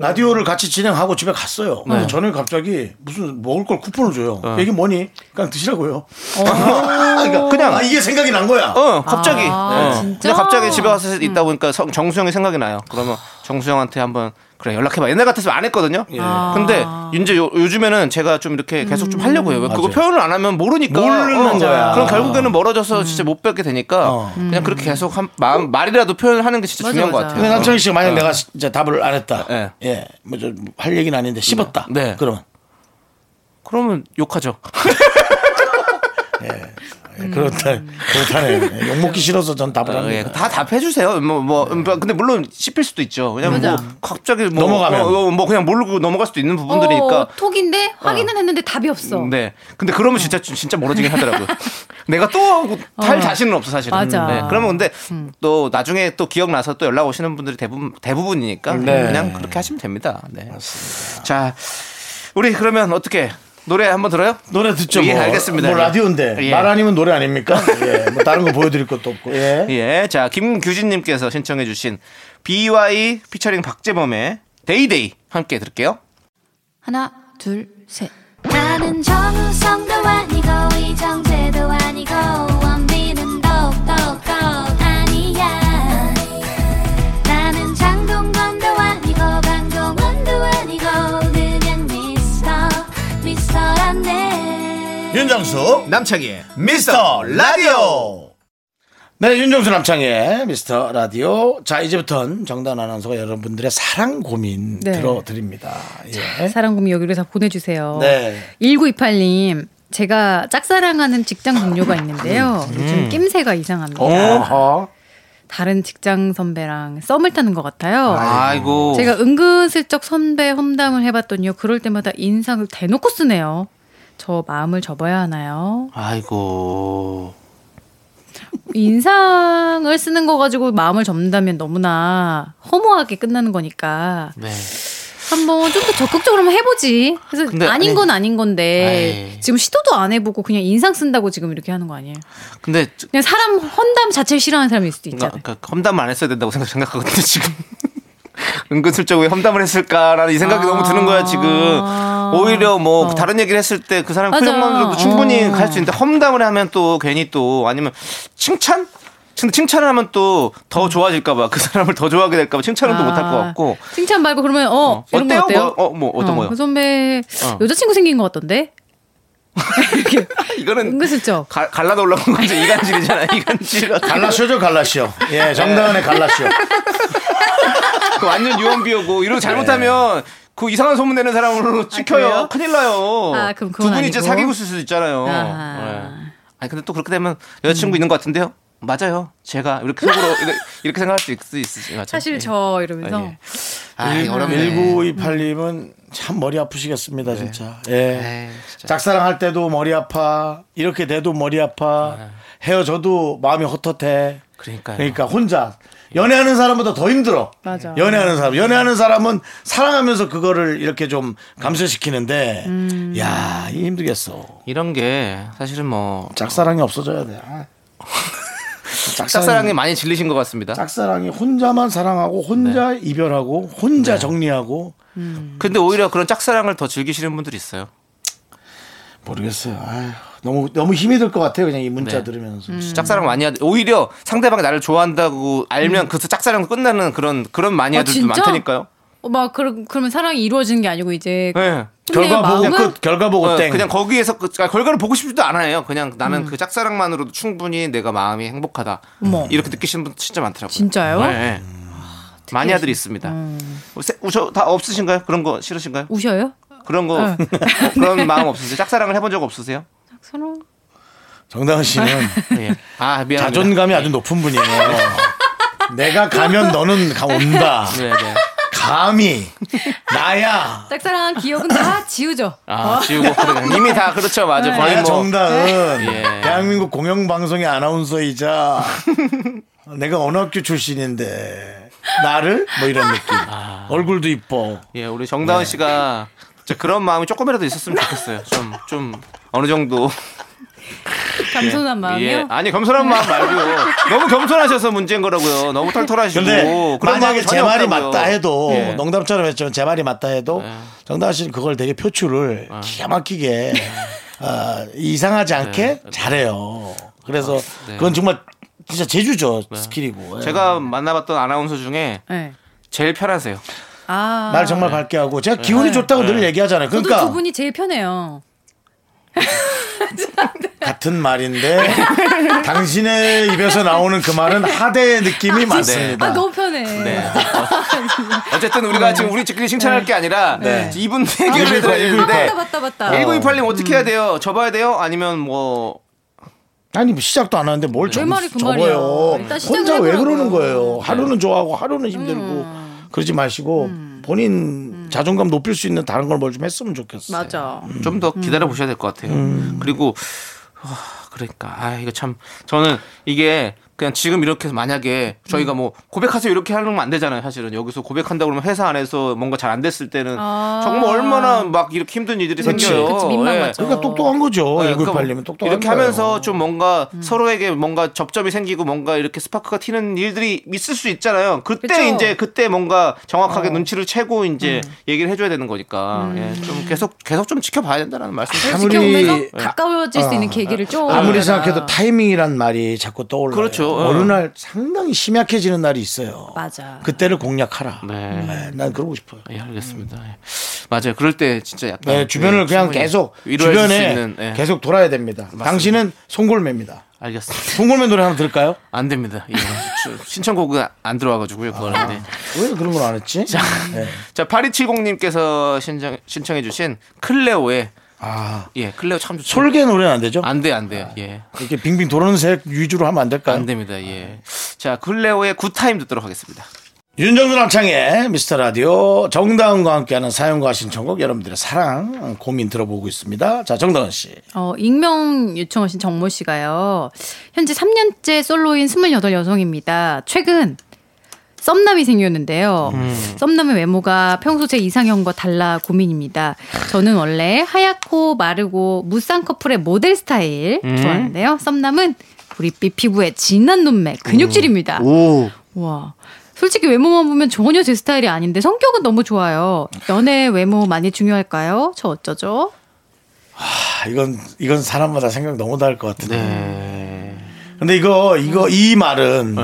[SPEAKER 1] 라디오를 같이 진행하고 집에 갔어요.
[SPEAKER 6] 네.
[SPEAKER 1] 근데 저는 갑자기 무슨 먹을 걸 쿠폰을 줘요. 이게 뭐니? 그냥 드시라고요.
[SPEAKER 6] 어.
[SPEAKER 1] *laughs*
[SPEAKER 2] 그러니까 그냥
[SPEAKER 1] 아 이게 생각이 난 거야.
[SPEAKER 2] 어 갑자기.
[SPEAKER 6] 아,
[SPEAKER 2] 네.
[SPEAKER 6] 진짜?
[SPEAKER 2] 근데 갑자기 집에 와서 있다 보니까 성- 정수영이 생각이 나요. 그러면 정수영한테 한번 그래 연락해봐. 옛날 같았으면 안 했거든요.
[SPEAKER 1] 예.
[SPEAKER 6] 아.
[SPEAKER 2] 근데 이제 요, 즘에는 제가 좀 이렇게 계속
[SPEAKER 6] 음.
[SPEAKER 2] 좀 하려고 해요. 왜 그거 표현을 안 하면 모르니까. 어.
[SPEAKER 1] 모르는 거야. 어.
[SPEAKER 2] 그럼 결국에는
[SPEAKER 6] 음.
[SPEAKER 2] 멀어져서 진짜 못 뵙게 되니까 그냥 그렇게 계속 한, 마음, 말이라도 표현하는 게 진짜
[SPEAKER 6] 맞아,
[SPEAKER 2] 중요한
[SPEAKER 6] 맞아.
[SPEAKER 2] 것
[SPEAKER 1] 근데
[SPEAKER 2] 같아요.
[SPEAKER 1] 네, 남창희 씨가 만약 내가 이제 답을 안 했다.
[SPEAKER 2] 네.
[SPEAKER 1] 어. 예, 뭐 할 얘기는 아닌데 씹었다.
[SPEAKER 2] 네.
[SPEAKER 1] 그러면
[SPEAKER 2] 그러면 욕하죠.
[SPEAKER 1] 예, 그렇다, 그렇다네. 예, 욕 먹기 싫어서 전 답을
[SPEAKER 2] 어,
[SPEAKER 1] 합니다.
[SPEAKER 2] 예. 다 답해주세요. 뭐, 뭐, 음, 근데 물론 씹힐 수도 있죠. 왜냐면 뭐,
[SPEAKER 6] 맞아.
[SPEAKER 2] 갑자기 뭐,
[SPEAKER 1] 네. 넘어가면.
[SPEAKER 2] 어, 어, 뭐 그냥 모르고 넘어갈 수도 있는 부분들이니까.
[SPEAKER 6] 어, 톡인데 확인은 했는데 답이 없어.
[SPEAKER 2] 네. 근데 그러면 진짜 진짜 멀어지긴 하더라고요. *laughs* 내가 또 하고 탈 자신은 없어 사실은.
[SPEAKER 6] 맞아.
[SPEAKER 2] 네. 그러면 근데 또 나중에 또 기억나서 또 연락 오시는 분들이 대부분 대부분이니까
[SPEAKER 1] 네.
[SPEAKER 2] 그냥 그렇게 하시면 됩니다. 네. 자, 우리 그러면 어떻게 노래 한번 들어요?
[SPEAKER 1] 노래 듣죠.
[SPEAKER 2] 예,
[SPEAKER 1] 뭐.
[SPEAKER 2] 알겠습니다.
[SPEAKER 1] 뭐 라디오인데
[SPEAKER 2] 예.
[SPEAKER 1] 말 아니면 노래 아닙니까? 예, 뭐 다른 거 보여드릴 것도 없고. 예.
[SPEAKER 2] 예. 자, 김규진님께서 신청해주신 BY 피처링 박재범의 데이데이 함께 들을게요.
[SPEAKER 6] 하나 둘 셋.
[SPEAKER 3] 나는 정우성도 아니고 이정재도 아니고 원빈은 더욱더 아니야 나는 장동건도 아니고 강동원도 아니고 그냥 미스터 미스터란데
[SPEAKER 4] 윤정수
[SPEAKER 2] 남창희의
[SPEAKER 4] 미스터 라디오
[SPEAKER 1] 네, 윤정수 남창의 미스터 라디오. 자, 이제부턴 정단 아나운서가 여러분들의 사랑 고민
[SPEAKER 6] 네.
[SPEAKER 1] 들어드립니다. 예.
[SPEAKER 6] 사랑 고민 여기로 다 보내주세요.
[SPEAKER 1] 네.
[SPEAKER 6] 1928님, 제가 짝사랑하는 직장 동료가 있는데요. 요즘 낌새가 이상합니다.
[SPEAKER 1] 음. 어허.
[SPEAKER 6] 다른 직장 선배랑 썸을 타는 것 같아요.
[SPEAKER 2] 아이고.
[SPEAKER 6] 제가 은근슬쩍 선배 험담을 해봤더니요. 그럴 때마다 인상을 대놓고 쓰네요. 저 마음을 접어야 하나요?
[SPEAKER 2] 아이고.
[SPEAKER 6] 인상을 쓰는 거 가지고 마음을 접는다면 너무나 허무하게 끝나는 거니까
[SPEAKER 2] 네.
[SPEAKER 6] 한번 좀 더 적극적으로 한번 해보지. 그래서
[SPEAKER 2] 근데
[SPEAKER 6] 아닌
[SPEAKER 2] 아니-
[SPEAKER 6] 건 아닌 건데
[SPEAKER 2] 아이.
[SPEAKER 6] 지금 시도도 안 해보고 그냥 인상 쓴다고 지금 이렇게 하는 거 아니에요?
[SPEAKER 2] 근데
[SPEAKER 6] 그냥 사람 험담 자체를 싫어하는 사람일 수도 있잖아요.
[SPEAKER 2] 그러니까, 그러니까 험담을 안 했어야 된다고 생각, 생각하거든요 지금 *laughs* 은근슬쩍 왜 험담을 했을까라는 이 생각이
[SPEAKER 6] 아.
[SPEAKER 2] 너무 드는 거야 지금 오히려 뭐 다른 얘기를 했을 때 그 사람
[SPEAKER 6] 어. 맞아.
[SPEAKER 2] 표정만으로도 충분히
[SPEAKER 6] 어.
[SPEAKER 2] 할 수 있는데 험담을 하면 또 괜히 또 아니면 칭찬 근데 칭찬을 하면 또 더 좋아질까봐 그 사람을 더 좋아하게 될까봐 칭찬은 또 못할 것
[SPEAKER 6] 음. 아,
[SPEAKER 2] 같고
[SPEAKER 6] 칭찬 말고 그러면 어,
[SPEAKER 2] 어,
[SPEAKER 6] 이런 거
[SPEAKER 2] 어때요?
[SPEAKER 6] 어때요?
[SPEAKER 2] 뭐, 어, 뭐 어떤 거요?
[SPEAKER 6] 그 선배
[SPEAKER 2] 어.
[SPEAKER 6] 여자친구 생긴 것 같던데? 이렇게
[SPEAKER 2] 이거는
[SPEAKER 6] 은근슬쩍.
[SPEAKER 2] 가- 갈라서 올라온 거죠 이간질이잖아 이간질
[SPEAKER 1] 갈라쇼죠, 갈라쇼. 예, 정다은의 갈라쇼.
[SPEAKER 2] 그 완전 유언비어고 이러고 잘못하면 그 이상한 소문 내는 사람으로 찍혀요.
[SPEAKER 6] 네. 아, 그래요?
[SPEAKER 2] 큰일 나요.
[SPEAKER 6] 아, 그럼
[SPEAKER 2] 두
[SPEAKER 6] 그건
[SPEAKER 2] 분이 이제
[SPEAKER 6] 아니고.
[SPEAKER 2] 사귀고 있을 수도 있잖아요.
[SPEAKER 6] 아하. 음.
[SPEAKER 2] 네. 아니 근데 또 그렇게 되면 여자친구 있는 것 같은데요. 맞아요. 제가 이렇게 속으로
[SPEAKER 6] *laughs*
[SPEAKER 2] 이렇게, 이렇게 생각할 수 있, 있으시 맞아요.
[SPEAKER 6] 사실
[SPEAKER 2] 예.
[SPEAKER 1] 네.
[SPEAKER 6] 저
[SPEAKER 2] 아,
[SPEAKER 6] 이러면서
[SPEAKER 2] 예. 아, 이거 어렵네.
[SPEAKER 1] 1928님은 참 머리 아프시겠습니다, 진짜. 예.
[SPEAKER 2] 에이, 네, 진짜.
[SPEAKER 1] 짝사랑할 때도 머리 아파. 이렇게 돼도 머리 아파. 헤어져도 마음이 헛헛해.
[SPEAKER 2] 네. 그러니까요.
[SPEAKER 1] 그러니까 혼자 연애하는 사람보다 더 힘들어.
[SPEAKER 6] 맞아.
[SPEAKER 1] 연애하는 사람,
[SPEAKER 2] 네.
[SPEAKER 1] 연애하는 사람은 사랑하면서 그거를 이렇게 좀 감소시키는데,
[SPEAKER 6] 음.
[SPEAKER 1] 야, 이 힘들겠어.
[SPEAKER 2] 이런 게 사실은 뭐 *laughs*
[SPEAKER 1] 짝사랑이 없어져야 돼. 아.
[SPEAKER 2] 짝사랑에 많이 질리신 것 같습니다.
[SPEAKER 1] 짝사랑이 혼자만 사랑하고
[SPEAKER 2] 네.
[SPEAKER 1] 혼자 이별하고 혼자 정리하고
[SPEAKER 2] 근데 오히려 그런 짝사랑을 더 즐기시는 분들이 있어요.
[SPEAKER 1] 모르겠어요. 아휴, 너무 너무 힘이 들 것 같아요. 그냥 이 문자
[SPEAKER 2] 네.
[SPEAKER 1] 들으면서
[SPEAKER 6] 음.
[SPEAKER 2] 짝사랑 많이 하 오히려 상대방이 나를 좋아한다고
[SPEAKER 6] 음.
[SPEAKER 2] 알면 그래서 짝사랑 끝나는 그런 그런 마니아들도 많다니까요.
[SPEAKER 6] 어, 막 그러, 그러면 사랑이 이루어지는 게 아니고 이제
[SPEAKER 2] 네.
[SPEAKER 6] 좀 내 마음은
[SPEAKER 1] 결과 보고
[SPEAKER 2] 어,
[SPEAKER 1] 땡.
[SPEAKER 2] 그냥 거기에서 그, 아, 결과를 보고 싶지도 않아요. 그냥 나는 그 짝사랑만으로도 충분히 내가 마음이 행복하다.
[SPEAKER 6] 어머.
[SPEAKER 2] 이렇게 느끼시는 분 진짜 많더라고요.
[SPEAKER 6] 진짜요?
[SPEAKER 2] 네. 마니아들이 있습니다. 어, 세- 어, 저다 없으신가요? 그런 거 싫으신가요?
[SPEAKER 6] 우셔요?
[SPEAKER 2] 그런 거
[SPEAKER 6] 어.
[SPEAKER 2] *laughs* 그런 마음 없으세요? 짝사랑을 해본 적 없으세요?
[SPEAKER 6] 서로
[SPEAKER 1] 정다은
[SPEAKER 2] *laughs*
[SPEAKER 1] 씨는
[SPEAKER 2] 예. 아 미안.
[SPEAKER 1] 자존감이 아주 높은
[SPEAKER 2] *laughs*
[SPEAKER 1] 분이에요. 내가 가면 너는 가 온다.
[SPEAKER 2] 네, 네.
[SPEAKER 1] 감히 나야.
[SPEAKER 6] 짝사랑한 기억은 다
[SPEAKER 1] *laughs*
[SPEAKER 6] 지우죠.
[SPEAKER 2] 아 지우고 그러네. 이미 다 그렇죠 맞아 거의
[SPEAKER 1] 나야
[SPEAKER 2] 뭐
[SPEAKER 1] 정다은
[SPEAKER 2] 예.
[SPEAKER 1] 대한민국 공영방송의 아나운서이자 내가 어느 학교 출신인데 나를 뭐 이런 느낌.
[SPEAKER 2] 아.
[SPEAKER 1] 얼굴도 이뻐.
[SPEAKER 2] 예, 우리
[SPEAKER 1] 네.
[SPEAKER 2] 정다은 씨가 진짜 그런 마음이 조금이라도 있었으면 좋겠어요. 좀 좀 어느 정도
[SPEAKER 6] 겸손한 마음이요. 네.
[SPEAKER 2] 예. 아니 겸손한 마음 말고 너무 겸손하셔서 문제인 거라고요. 너무 털털하시고
[SPEAKER 1] 근데 만약에
[SPEAKER 2] 마음이
[SPEAKER 1] 제
[SPEAKER 2] 전혀
[SPEAKER 1] 말이
[SPEAKER 2] 없다고요.
[SPEAKER 1] 맞다 해도
[SPEAKER 2] 예.
[SPEAKER 1] 농담처럼 했지만 제 말이 맞다 해도
[SPEAKER 2] 예.
[SPEAKER 1] 정다은 씨는 그걸 되게 표출을
[SPEAKER 2] 네.
[SPEAKER 1] 기가
[SPEAKER 2] *laughs*
[SPEAKER 1] 막히게 아, 이상하지 않게 잘해요. 그래서
[SPEAKER 2] 네.
[SPEAKER 1] 그건 정말 진짜 재주죠 스킬이고 예.
[SPEAKER 2] 제가 만나봤던 아나운서 중에
[SPEAKER 6] 네.
[SPEAKER 2] 제일 편하세요.
[SPEAKER 6] 아.
[SPEAKER 1] 날 정말 밝게 하고
[SPEAKER 2] 네.
[SPEAKER 1] 제가 기운이 좋다고 늘 얘기하잖아요.
[SPEAKER 6] 저도
[SPEAKER 1] 그러니까
[SPEAKER 6] 두 분이 제일 편해요.
[SPEAKER 1] 같은 말인데 당신의 입에서 나오는 그 말은 하대의 느낌이 많습니다.
[SPEAKER 6] 아 너무 편해.
[SPEAKER 2] 네. 어쨌든
[SPEAKER 1] 음.
[SPEAKER 2] 우리가 지금 우리 지끼리
[SPEAKER 1] 네.
[SPEAKER 2] 칭찬할 게 아니라 이분 얘기를 해드려야
[SPEAKER 6] 아,
[SPEAKER 2] 되는데
[SPEAKER 6] 맞다 맞다
[SPEAKER 1] 네.
[SPEAKER 6] 맞다.
[SPEAKER 2] 1928님 어떻게 해야 돼요? 접어야 돼요? 아니면 뭐
[SPEAKER 1] 아니 뭐 시작도 안 하는데 뭘
[SPEAKER 6] 내
[SPEAKER 1] 접,
[SPEAKER 6] 말이 그
[SPEAKER 1] 접어요.
[SPEAKER 6] 말이야. 일단 시작을 네. 음.
[SPEAKER 1] 혼자 왜
[SPEAKER 6] 해보라고.
[SPEAKER 1] 그러는 거예요. 하루는 좋아하고 하루는 힘들고 그러지 마시고
[SPEAKER 6] 음.
[SPEAKER 1] 본인 자존감 높일 수 있는 다른 걸 뭘 좀 했으면 좋겠어요.
[SPEAKER 6] 맞아.
[SPEAKER 2] 음. 좀 더 기다려 보셔야 될 것 같아요.
[SPEAKER 1] 음.
[SPEAKER 2] 그리고 와, 그러니까 아 이거 참 저는 이게 그냥 지금 이렇게 해서 만약에 저희가 뭐 고백하세요 이렇게 하면 안 되잖아요 사실은 여기서 고백한다고 그러면 회사 안에서 뭔가 잘 안 됐을 때는
[SPEAKER 6] 아.
[SPEAKER 2] 정말 얼마나 막 이렇게 힘든 일들이
[SPEAKER 1] 그치.
[SPEAKER 2] 생겨요
[SPEAKER 6] 그치, 민망하죠.
[SPEAKER 1] 그러니까 똑똑한 거죠.
[SPEAKER 2] 예,
[SPEAKER 1] 이걸
[SPEAKER 2] 그러니까
[SPEAKER 1] 팔리면 똑똑한
[SPEAKER 2] 이렇게
[SPEAKER 1] 거예요.
[SPEAKER 2] 하면서 좀 뭔가 서로에게 뭔가 접점이 생기고 뭔가 이렇게 스파크가 튀는 일들이 있을 수 있잖아요. 그때
[SPEAKER 6] 그쵸.
[SPEAKER 2] 이제 그때 뭔가 정확하게 눈치를 채고 이제 얘기를 해줘야 되는 거니까 예, 좀 계속 계속 좀 지켜봐야 된다는 말씀.
[SPEAKER 1] 아무리-
[SPEAKER 6] 지켜보면서 가까워질 수 있는 계기를 좀.
[SPEAKER 1] 아무리
[SPEAKER 6] 내라.
[SPEAKER 1] 생각해도 타이밍이란 말이 자꾸 떠올라요.
[SPEAKER 2] 네. 그렇죠. 어.
[SPEAKER 1] 어느 날 상당히 심약해지는 날이 있어요.
[SPEAKER 6] 맞아.
[SPEAKER 1] 그때를 공략하라.
[SPEAKER 2] 네.
[SPEAKER 1] 네, 난 그러고 싶어요.
[SPEAKER 2] 예, 알겠습니다. 예. 맞아요. 그럴 때 진짜 약간
[SPEAKER 1] 네, 주변을
[SPEAKER 2] 예,
[SPEAKER 1] 그냥
[SPEAKER 2] 충분히
[SPEAKER 1] 계속
[SPEAKER 2] 위로해 줄수
[SPEAKER 1] 주변에
[SPEAKER 2] 있는, 예.
[SPEAKER 1] 계속 돌아야 됩니다. 당신은 송골매입니다.
[SPEAKER 2] 알겠습니다.
[SPEAKER 1] 송골매 노래 하나 들을까요?
[SPEAKER 2] 안 됩니다. 예. 신청곡은 안 들어와가지고요. 그거는데. 네.
[SPEAKER 1] 왜 그런 걸 안 했지? 네.
[SPEAKER 2] 자, 8270님께서 신청, 신청해주신 클레오의
[SPEAKER 1] 아
[SPEAKER 2] 예, 클레오 참 좋죠.
[SPEAKER 1] 솔개 노래는 안 되죠?
[SPEAKER 2] 안 돼, 안 돼요. 예.
[SPEAKER 1] 이렇게 빙빙 도는 색 위주로 하면 안 될까요?
[SPEAKER 2] 안 됩니다. 예. 자, 클레오의 굿타임 듣도록 하겠습니다.
[SPEAKER 1] 윤정수 남창의 미스터 라디오 정다은과 함께하는 사연과 신청곡 여러분들의 사랑 고민 들어보고 있습니다. 자 정다은 씨
[SPEAKER 6] 어, 익명 요청하신 정모 씨가요. 현재 3년째 솔로인 28 여성입니다. 최근 썸남이 생겼는데요. 썸남의 외모가 평소 제 이상형과 달라 고민입니다. 저는 원래 하얗고 마르고 무쌍 커플의 모델 스타일 좋아하는데요. 썸남은 구릿빛 피부에 진한 눈매,
[SPEAKER 1] 음.
[SPEAKER 6] 근육질입니다. 와. 솔직히 외모만 보면 전혀 제 스타일이 아닌데 성격은 너무 좋아요. 연애 외모 많이 중요할까요? 저 어쩌죠?
[SPEAKER 1] 아, 이건 이건 사람마다 생각 너무 다를 것 같은데
[SPEAKER 2] 네.
[SPEAKER 1] 근데 이거 이거 이 말은